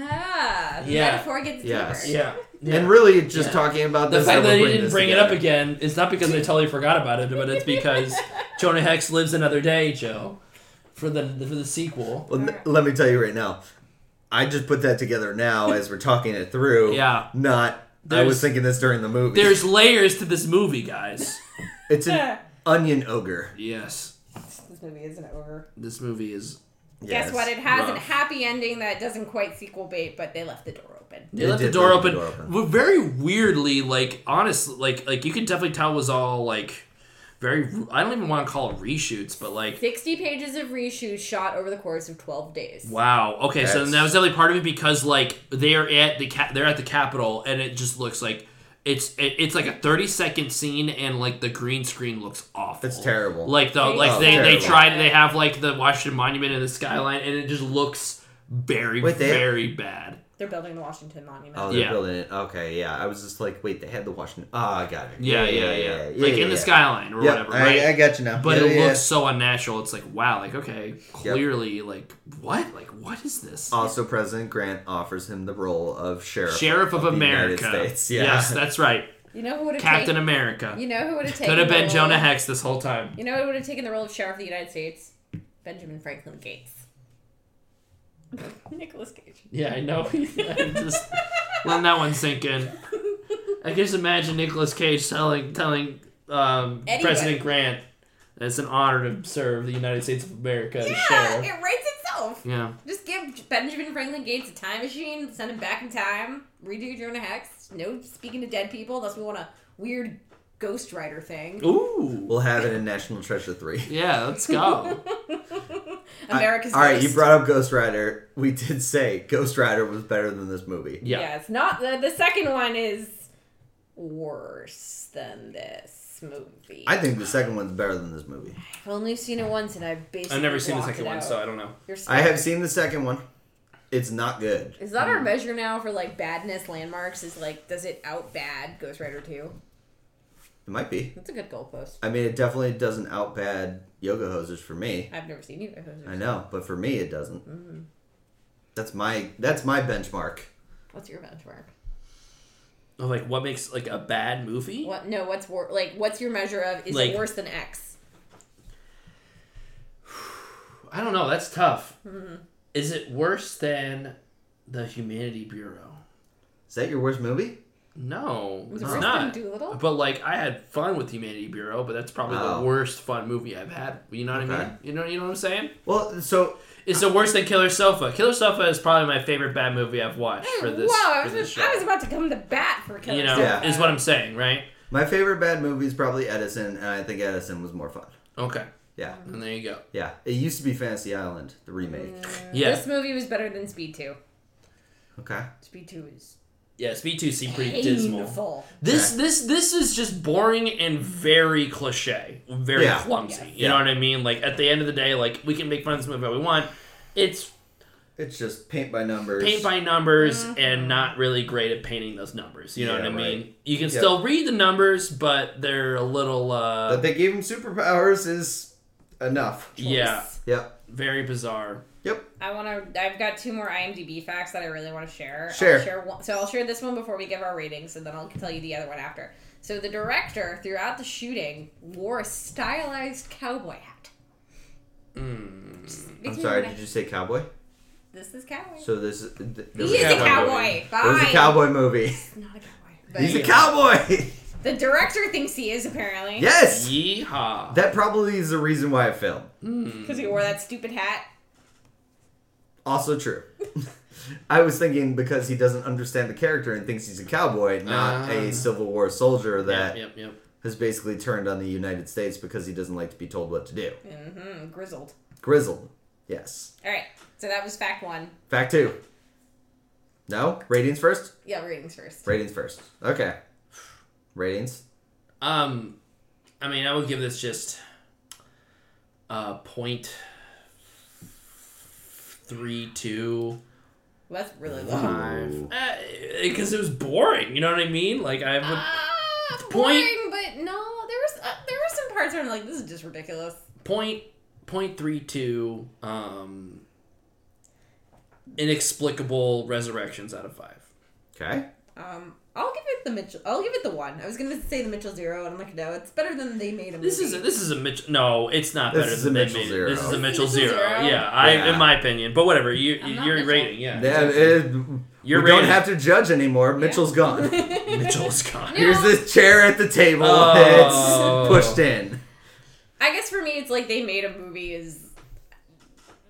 C: Aha. The
B: Yeah.
C: metaphor gets
A: Yes.
C: deeper.
B: Yeah.
A: And really, it's just
B: Yeah.
A: talking about
B: The
A: this
B: fact
A: we're
B: that he
A: putting
B: didn't
A: this
B: bring it
A: together.
B: up again is not because they totally forgot about it, but it's because Jonah Hex lives another day, Joe, for the for the sequel.
A: Well, n- let me tell you right now. I just put that together now as we're talking it through.
B: Yeah.
A: Not. I
B: There's-
A: was thinking this during the movie.
B: There's layers to this movie, guys.
A: It's an onion ogre.
B: Yes,
C: This movie isn't over.
B: this movie is.
A: Yes.
C: Guess what? It has a
B: rough.
C: happy ending that doesn't quite sequel bait, but they left the door open.
B: They
A: They
B: left the
A: did
B: door,
A: leave the
B: open.
A: door open.
B: We're very weirdly, like honestly, like like you can definitely tell was all like very. I don't even want to call it reshoots, but like
C: 60 pages of reshoots shot over the course of 12 days.
B: Wow. Okay, so then
A: That's-
B: that was definitely part of it because like they're at the cap, they're at the Capitol, and it just looks like it's it, it's like a thirty second scene, and like the green screen looks awful.
A: It's terrible.
B: Like the
C: Right?
B: like
A: Oh,
B: they they
A: terrible.
B: tried they have like the Washington Monument and the skyline, and it just looks very
A: Wait, they-
B: very bad.
C: They're building the Washington Monument.
A: Oh, they're
B: Yeah.
A: building it. Okay, yeah. I was just like, wait, they had the Washington. Oh, I got it.
B: Yeah, yeah, yeah.
A: yeah,
B: like in
A: yeah,
B: the
A: yeah.
B: skyline or
A: Yep,
B: whatever,
A: I,
B: right?
A: I got you now.
B: but
A: Yeah,
B: it
A: yeah,
B: looks
A: yeah.
B: so unnatural. It's like wow, like okay, clearly like what, like what is this?
A: Also, President Grant offers him the role of sheriff.
B: Sheriff of,
A: the
B: America.
A: United States. Yeah.
B: Yes, that's right.
C: You know who would have
B: Captain
C: taken
B: America.
C: You know who would have taken
B: Could have
C: the
B: been
C: role-
B: Jonah Hex this whole time.
C: You know who would have taken the role of Sheriff of the United States? Benjamin Franklin Gates. Nicholas Cage.
B: Yeah, I know. just let that one sink in. I just imagine Nicolas Cage telling telling um,
C: Anyway.
B: President Grant that it's an honor to serve the United States of America as
C: Yeah,
B: sheriff.
C: it writes itself.
B: Yeah.
C: Just give Benjamin Franklin Gates a time machine, send him back in time, redo Jonah Hex. No speaking to dead people unless we want a weird Ghost Rider thing.
B: Ooh.
A: We'll have it in National Treasure 3.
B: Yeah, let's go.
C: America's
A: All right, you
C: Ghost.
A: brought up Ghost Rider. We did say Ghost Rider was better than this movie.
B: Yeah.
C: it's not the the second one is worse than this movie.
A: I think the second one's better than this movie.
C: I've only seen it once, and I've basically
B: I've never seen the
C: blocked
B: second
C: it
B: one,
C: out.
B: so I don't know.
C: You're
A: I have seen the second one. It's not good.
C: Is that our measure now for like badness landmarks? Is like, does it out bad Ghost Rider 2?
A: It might be.
C: That's a good goalpost.
A: I mean, it definitely doesn't outbad Yoga Hosers for me.
C: I've never seen either of those.
A: I know, but for me, it doesn't.
B: Mm.
A: That's my that's my benchmark.
C: What's your benchmark?
B: Oh, Like, what makes like a bad movie?
C: What? No, what's wor- like? What's your measure of? Is
B: Like-
C: it worse than X?
B: I don't know. That's tough.
C: Mm-hmm.
B: Is it worse than the Humanity Bureau?
A: Is that your worst movie?
B: No,
C: Was
B: it's
C: it worse
B: not.
C: than Doolittle?
B: But like, I had fun with Humanity Bureau, but that's probably
A: Oh.
B: the worst fun movie I've had. You know what I
A: Okay.
B: mean? You know, you know what I'm saying?
A: Well, so
B: It's the worst than Killer Sofa. Killer Sofa is probably my favorite bad movie I've watched for this.
C: Whoa! I
B: for
C: was,
B: this
C: I was
B: show.
C: about to come to bat for Killer
B: you know,
A: Yeah.
B: is what I'm saying, right?
A: my favorite bad movie is probably Edison, and I think Edison was more fun.
B: Okay,
A: Yeah,
B: and there you go.
A: yeah. It used to be Fantasy Island, the remake.
B: Yeah,
C: This movie was better than Speed 2.
A: Okay.
C: Speed 2 is
B: yeah. Speed two seemed pretty dismal.
C: painful.
B: This this this is just boring and very cliche, very
A: Yeah.
B: clumsy. You
A: Yeah.
B: know what I mean? Like at the end of the day, like we can make fun of this movie all we want. It's
A: It's just paint by numbers.
B: paint by numbers and not really great at painting those numbers. You know
A: Yeah,
B: what I mean?
A: right.
B: You can still read the numbers, but they're a little uh
A: That they gave him superpowers is enough.
B: yeah,
A: Yep.
B: very bizarre.
A: Yep.
C: I want to. I've got two more IMDb facts that I really want to share. I'll
A: Share.
C: one, so I'll share this one before we give our ratings, and then I'll tell you the other one after. So the director, throughout the shooting, wore a stylized cowboy hat.
B: Mm.
A: I'm sorry. Did you say cowboy?
C: This is cowboy.
A: So this is. th- There
C: he is a cowboy.
A: movie. There was
C: Bye.
A: a cowboy movie.
C: Not a cowboy.
A: He's a
C: But
A: cowboy.
C: the director thinks he is apparently.
A: yes.
B: Yeehaw.
A: That probably is the reason why it failed.
C: Because he wore that stupid hat.
A: Also true. I was thinking because he doesn't understand the character and thinks he's a cowboy, not
B: Ah.
A: a Civil War soldier that
B: yep, yep, yep.
A: has basically turned on the United States because he doesn't like to be told what to do.
C: Mm, grizzled.
A: Grizzled. Yes.
C: All right. So that was fact one.
A: Fact two. No? Ratings first?
C: Yeah, ratings first.
A: Ratings first. Okay. Ratings.
B: Um I mean I would give this just uh point three two
C: Well, that's really low.
B: five
A: Ooh.
B: because it was boring you know what i mean like i would
C: Ah,
B: Point-
C: boring, but no, there was uh, there were some parts where I'm like, this is just ridiculous.
B: point point three two um inexplicable resurrections out of five.
A: Okay.
C: Um, I'll give it the Mitchell. I'll give it the one. I was gonna say the Mitchell zero, and I'm like, no, it's better than they made a movie.
B: This is a, this is a Mitch. No, it's not
A: This
B: better
A: is
B: than
A: a
B: they
A: Mitchell
B: made it.
A: zero.
B: This is a
A: This
C: is
B: Mitchell
C: a
B: zero.
C: zero.
B: Yeah, I
A: Yeah.
B: in my opinion, but whatever. You
C: I'm not
B: you're
C: Mitchell.
B: rating. Yeah,
A: Yeah,
B: exactly.
A: it-
B: You're
A: we don't
B: rated.
A: have to judge anymore. Mitchell's gone.
B: Mitchell is gone.
A: Here's this chair at the table
B: Oh.
A: that's pushed in.
C: I guess for me, it's like they made a movie. Is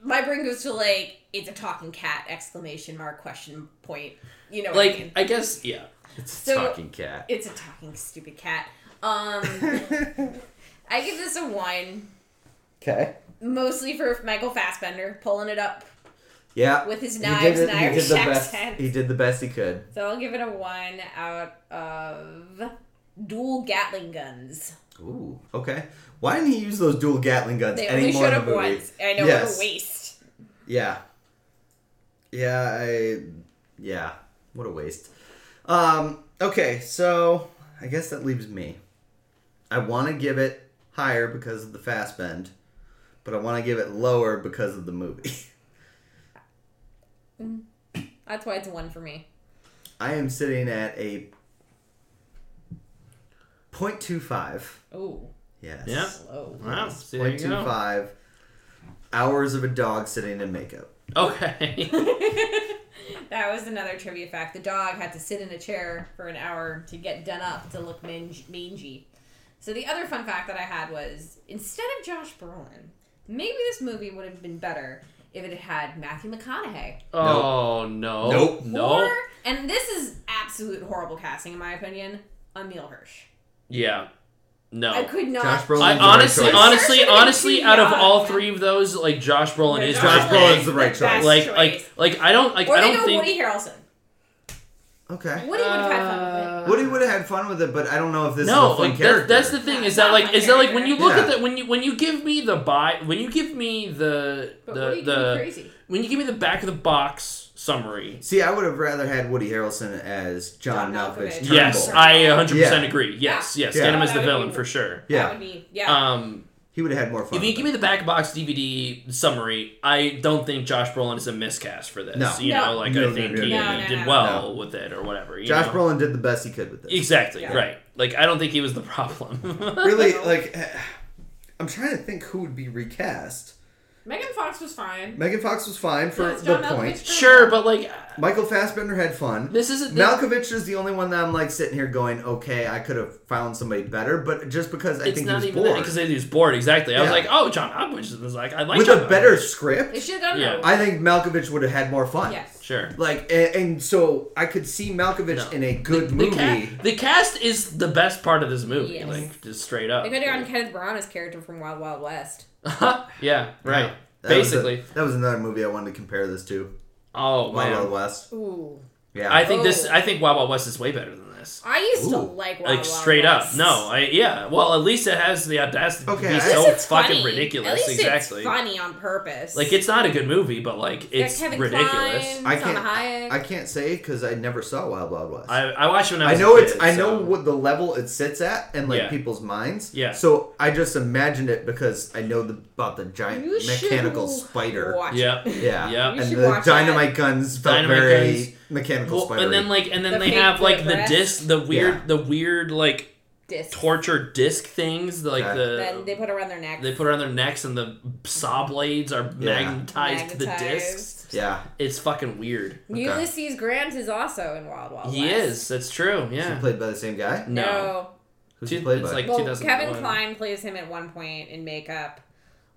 C: my brain goes to like it's a talking cat exclamation mark question point. You know, what I
B: Like
C: mean?
B: I guess yeah.
A: It's a
C: So-
A: talking cat.
C: it's a talking stupid cat. Um, I give this a one,
A: Okay.
C: mostly for Michael Fassbender pulling it up
A: Yeah.
C: with his
A: He
C: knives
A: did
C: and
A: it- he
C: Irish
A: did the best.
C: accent.
A: He did the best he could.
C: So I'll give it a one out of dual Gatling guns.
A: Ooh. Okay. Why didn't he use those dual Gatling guns
C: They only
A: anymore
C: showed
A: in
C: up
A: the movie?
C: once. I know
A: Yes.
C: what a waste.
A: Yeah. Yeah, I yeah. What a waste. Um okay, so I guess that leaves me. I want to give it higher because of the fast bend, but I want to give it lower because of the movie.
C: That's why it's a one for me.
A: I am sitting at a 0.25.
C: Oh,
A: Yes.
B: Yeah.
C: low.
B: Wow. See, there you go.
A: 0.25 hours of a dog sitting in makeup.
B: Okay.
C: That was another trivia fact. The dog had to sit in a chair for an hour to get done up to look mang- mangy. So the other fun fact that I had was instead of Josh Brolin, maybe this movie would have been better if it had Matthew McConaughey.
B: Oh no.
A: Nope.
B: No.
C: Or, and this is absolute horrible casting in my opinion, Emil Hirsch.
B: Yeah. No.
C: I could not.
A: Josh Brolin.
B: I honestly,
C: choice.
B: honestly,
C: Searching
B: honestly,
C: and
B: out of
C: Seeing
B: all
C: Dog.
B: three of those, like Josh Brolin is
A: Josh
B: my
A: Brolin's
B: pick.
A: the right choice.
B: Like,
C: choice.
B: like, like, I don't, like,
C: Or
B: I
C: they
B: don't
C: go
B: think.
C: Woody Harrelson.
A: Okay.
C: Woody would have had fun with it.
A: Uh, Woody would have had fun with it, but I don't know if this is
B: no,
A: a fun
B: like
A: character.
B: that's, that's the thing.
C: Yeah,
B: Is
C: not
B: that
C: my
B: like is that like when you
C: character.
B: look at
A: Yeah.
B: the when you when you give me the buy when you give me the
C: But
B: the
C: Woody could be
B: the
C: crazy.
B: when you give me the back of the box summary.
A: See, I would have rather had Woody Harrelson as John,
C: John
A: Malkovich.
C: Malkovich.
A: Turnbull.
B: Yes, I 100 percent
A: Yeah.
B: agree. Yes, yes,
A: Yeah.
B: get him as
C: That
B: the
C: would be
B: villain
C: cool.
B: for sure.
A: Yeah.
C: That would be yeah.
B: Um,
A: he would have had more fun.
B: if you
A: with
B: give me the back of box DVD summary, I don't think Josh Brolin is a miscast for this.
A: No.
B: You
C: No.
B: know, like
A: No,
B: I
A: no,
B: think
A: no,
B: he
A: no,
C: no,
B: did
C: no.
B: well with it or whatever.
A: it.
B: you
A: Josh
B: know?
A: Brolin did the best he could with this.
B: Exactly,
C: Yeah.
B: right. Like I don't think he was the problem.
A: Really, like, I'm trying to think who would be recast.
C: Megan Fox was fine.
A: Megan Fox was fine for
C: Yes,
A: the
C: John Malkovich.
A: point.
B: sure, but like
A: Michael Fassbender had fun.
B: this isn't this-
A: Malkovich is the only one that I'm like sitting here going, okay, I could have found somebody better, but just because I
B: it's
A: think
B: not
A: he was
B: even
A: bored
B: because he was bored. Exactly. I was
A: Yeah.
B: like, oh, John Malkovich was like, I like
A: with
B: John
A: a better
B: Malkovich.
C: They
A: script,
C: should have done
B: Yeah.
C: that.
A: I think Malkovich would have had more fun.
C: Yes.
B: Sure.
A: Like, and, and so I could see Malkovich
B: No.
A: in a good
B: The,
A: movie.
B: ca- the cast is the best part of this movie.
C: Yes.
B: Like just straight up.
C: They could have gotten Kenneth Branagh's character from Wild Wild West.
B: yeah. Right.
A: That was a-
B: Basically.
A: that was another movie I wanted to compare this to.
B: Oh
A: Wild
B: man.
A: Wild West.
C: Ooh.
A: Yeah.
B: I think this.
C: Oh.
B: I think Wild Wild West is way better than this.
C: I used to
A: Ooh.
C: like Wild
B: Like
C: Wild
B: straight up.
C: West.
B: No. I yeah. Well, at least it has the audacity
A: Okay,
B: to
A: I-
B: be
A: At
C: At least
B: so
C: it's
B: fucking
C: funny.
B: ridiculous.
C: At least
B: exactly.
C: It's funny on purpose.
B: Like it's not a good movie, but like
C: Got
B: it's
C: Kevin
B: ridiculous.
C: Kline,
A: I
C: Salma
A: can't.
C: Hayek.
A: I can't say because I never saw Wild Wild West.
B: I, I watched it when I
A: I
B: was a
A: know it's.
B: kid,
A: I know
B: so-
A: what the level it sits at and like
B: Yeah.
A: people's minds.
B: Yeah.
A: So I just imagined it because I know the, about the giant
C: You should
A: mechanical spider.
C: watch it.
B: Yeah.
A: Yeah.
B: Yeah.
C: You
A: And
C: should
A: the
C: watch
A: dynamite guns felt
B: Dynamite
A: very
B: guns.
A: mechanical
B: Well,
A: spider.
B: and then like and then
C: The
B: they
C: fake
B: have like the
C: breast.
B: disc, the weird,
A: Yeah.
B: the weird like
C: Disc.
B: torture disc things, like
A: Okay.
B: the
C: Then they put around their neck.
B: they put around their necks and the saw blades are
A: Yeah.
B: magnetized to the discs.
A: yeah.
B: It's fucking weird.
A: Okay.
C: Ulysses Grant is also in Wild Wild
B: He
C: West.
B: is. That's true. Yeah.
A: Is it played by the same guy?
B: no.
C: Oh, No.
A: Who's
B: Dude,
A: it played
B: it's
A: by?
B: like-
C: Well,
B: 2001.
C: Kevin Klein plays him at one point in makeup.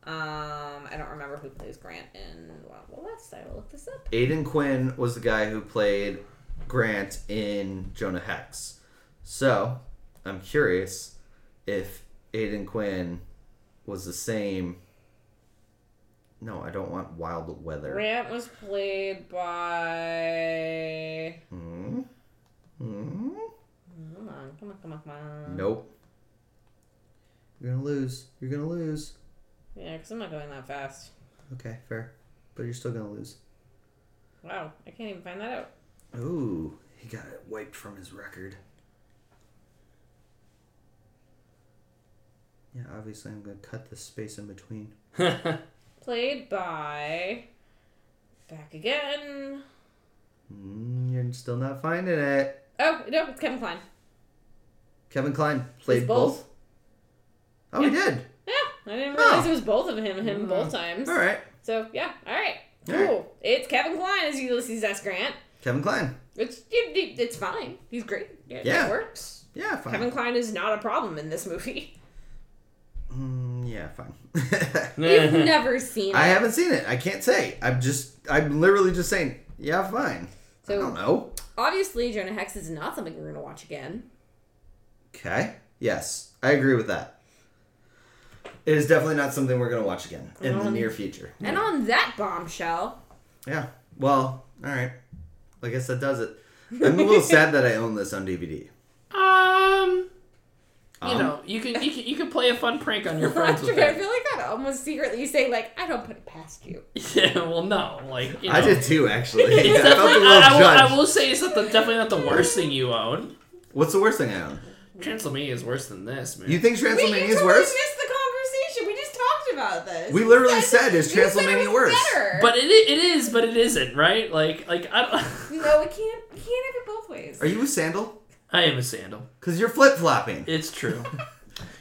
C: Um, I don't remember who plays Grant in Wild Wild West. I will look this up.
A: Aiden Quinn was the guy who played Grant in Jonah Hex. So I'm curious if Aiden Quinn was the same. No, I don't want wild weather.
C: Grant was played by.
A: Hmm? Hmm?
C: Come on, come on, come on, come on.
A: Nope. You're gonna lose. You're gonna lose.
C: Yeah, because I'm not going that fast.
A: Okay, fair. But you're still gonna lose.
C: Wow, I can't even find that out.
A: Ooh, he got it wiped from his record. Yeah, obviously I'm gonna cut this space in between.
C: Played by. Back again.
A: Mm, you're still not finding it.
C: Oh no, it's Kevin Klein.
A: Kevin Klein played
C: He's
A: both.
C: both.
A: Oh, he did.
C: Yeah, I didn't
A: Oh.
C: realize it was both of him, him both times.
A: Hmm. All right,
C: So yeah, all right,
A: All
C: cool.
A: right.
C: It's Kevin Klein as Ulysses S. Grant.
A: Kevin Klein.
C: It's it, it- it's fine. He's great. Yeah,
A: Yeah.
C: it works.
A: Yeah, fine.
C: Kevin Klein is not a problem in this movie.
A: Mm, yeah, fine.
C: You've never seen it.
A: I haven't seen it. I can't say. I'm just. I'm literally just saying. Yeah, fine. I
C: So-
A: don't know.
C: Obviously, Jonah Hex is not something we're gonna watch again.
A: Okay. Yes, I agree with that. It is definitely not something we're going to watch again in the
C: Um,
A: near future.
C: And on that bombshell,
A: Yeah. Well, all right. I guess that does it. I'm a little sad that I own this on DVD.
B: Um, you
A: Um.
B: know, you can you can you can play a fun prank on your friends
C: Patrick,
B: with
C: I
B: it.
C: feel like that almost secretly you say like, I don't put it past you.
B: Yeah, well, no, like you know.
A: I did too, actually. I felt
B: It's
A: a
B: definitely-
A: little
B: I, I will,
A: judged.
B: I will say it's not the, definitely not the worst thing you own.
A: What's the worst thing I own?
B: Transylvania is worse than this, man.
A: You think
C: Wait,
A: Transylvania
C: you
A: is
C: totally
A: worse?
C: missed the conversation. We just talked about this.
A: We literally
C: You
A: said, is
C: you said it
A: Transylvania
C: was
A: worse?
C: Better.
B: but it i- it is, but it isn't, right? Like like I don't,
C: no, it can't. You can't have it both ways.
A: Are you a sandal?
B: I am a sandal.
A: Because you're flip flopping.
B: It's true.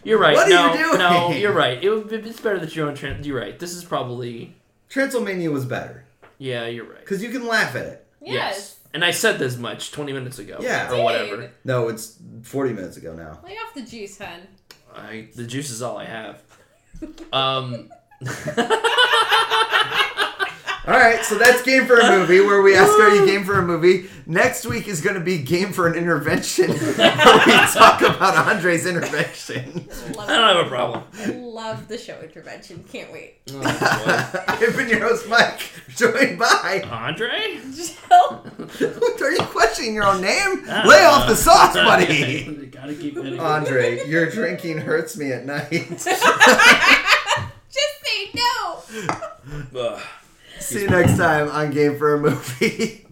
B: You're right.
A: What are
B: no,
A: you doing?
B: no, you're right. It would, it's better that you own trans. You're right. This is probably
A: Transylvania was better.
B: yeah. You're right.
A: Because you can laugh at it.
C: yes.
B: And I said this much 20 minutes ago.
A: Yeah.
B: Or whatever.
C: Dude.
A: No, it's 40 minutes ago now.
C: Lay off the juice, hun.
B: I, the juice is all I have. Um.
A: All right, so that's Game for a Movie, where we ask, Are you game for a movie? Next week is going to be Game for an Intervention, where we talk about Andre's intervention.
C: Love
B: I don't have a problem.
C: Love the show intervention. Can't wait.
B: Oh,
A: I've been your host, Mike, joined
B: boy.
A: by.
B: Andre?
C: Jill.
A: Are you questioning your own name? Lay off
B: Uh,
A: the sauce, buddy! Uh,
B: Gotta keep it.
A: Andre, your drinking hurts me at night.
C: Just say no.
B: Ugh.
A: See you next time on Game for a Movie.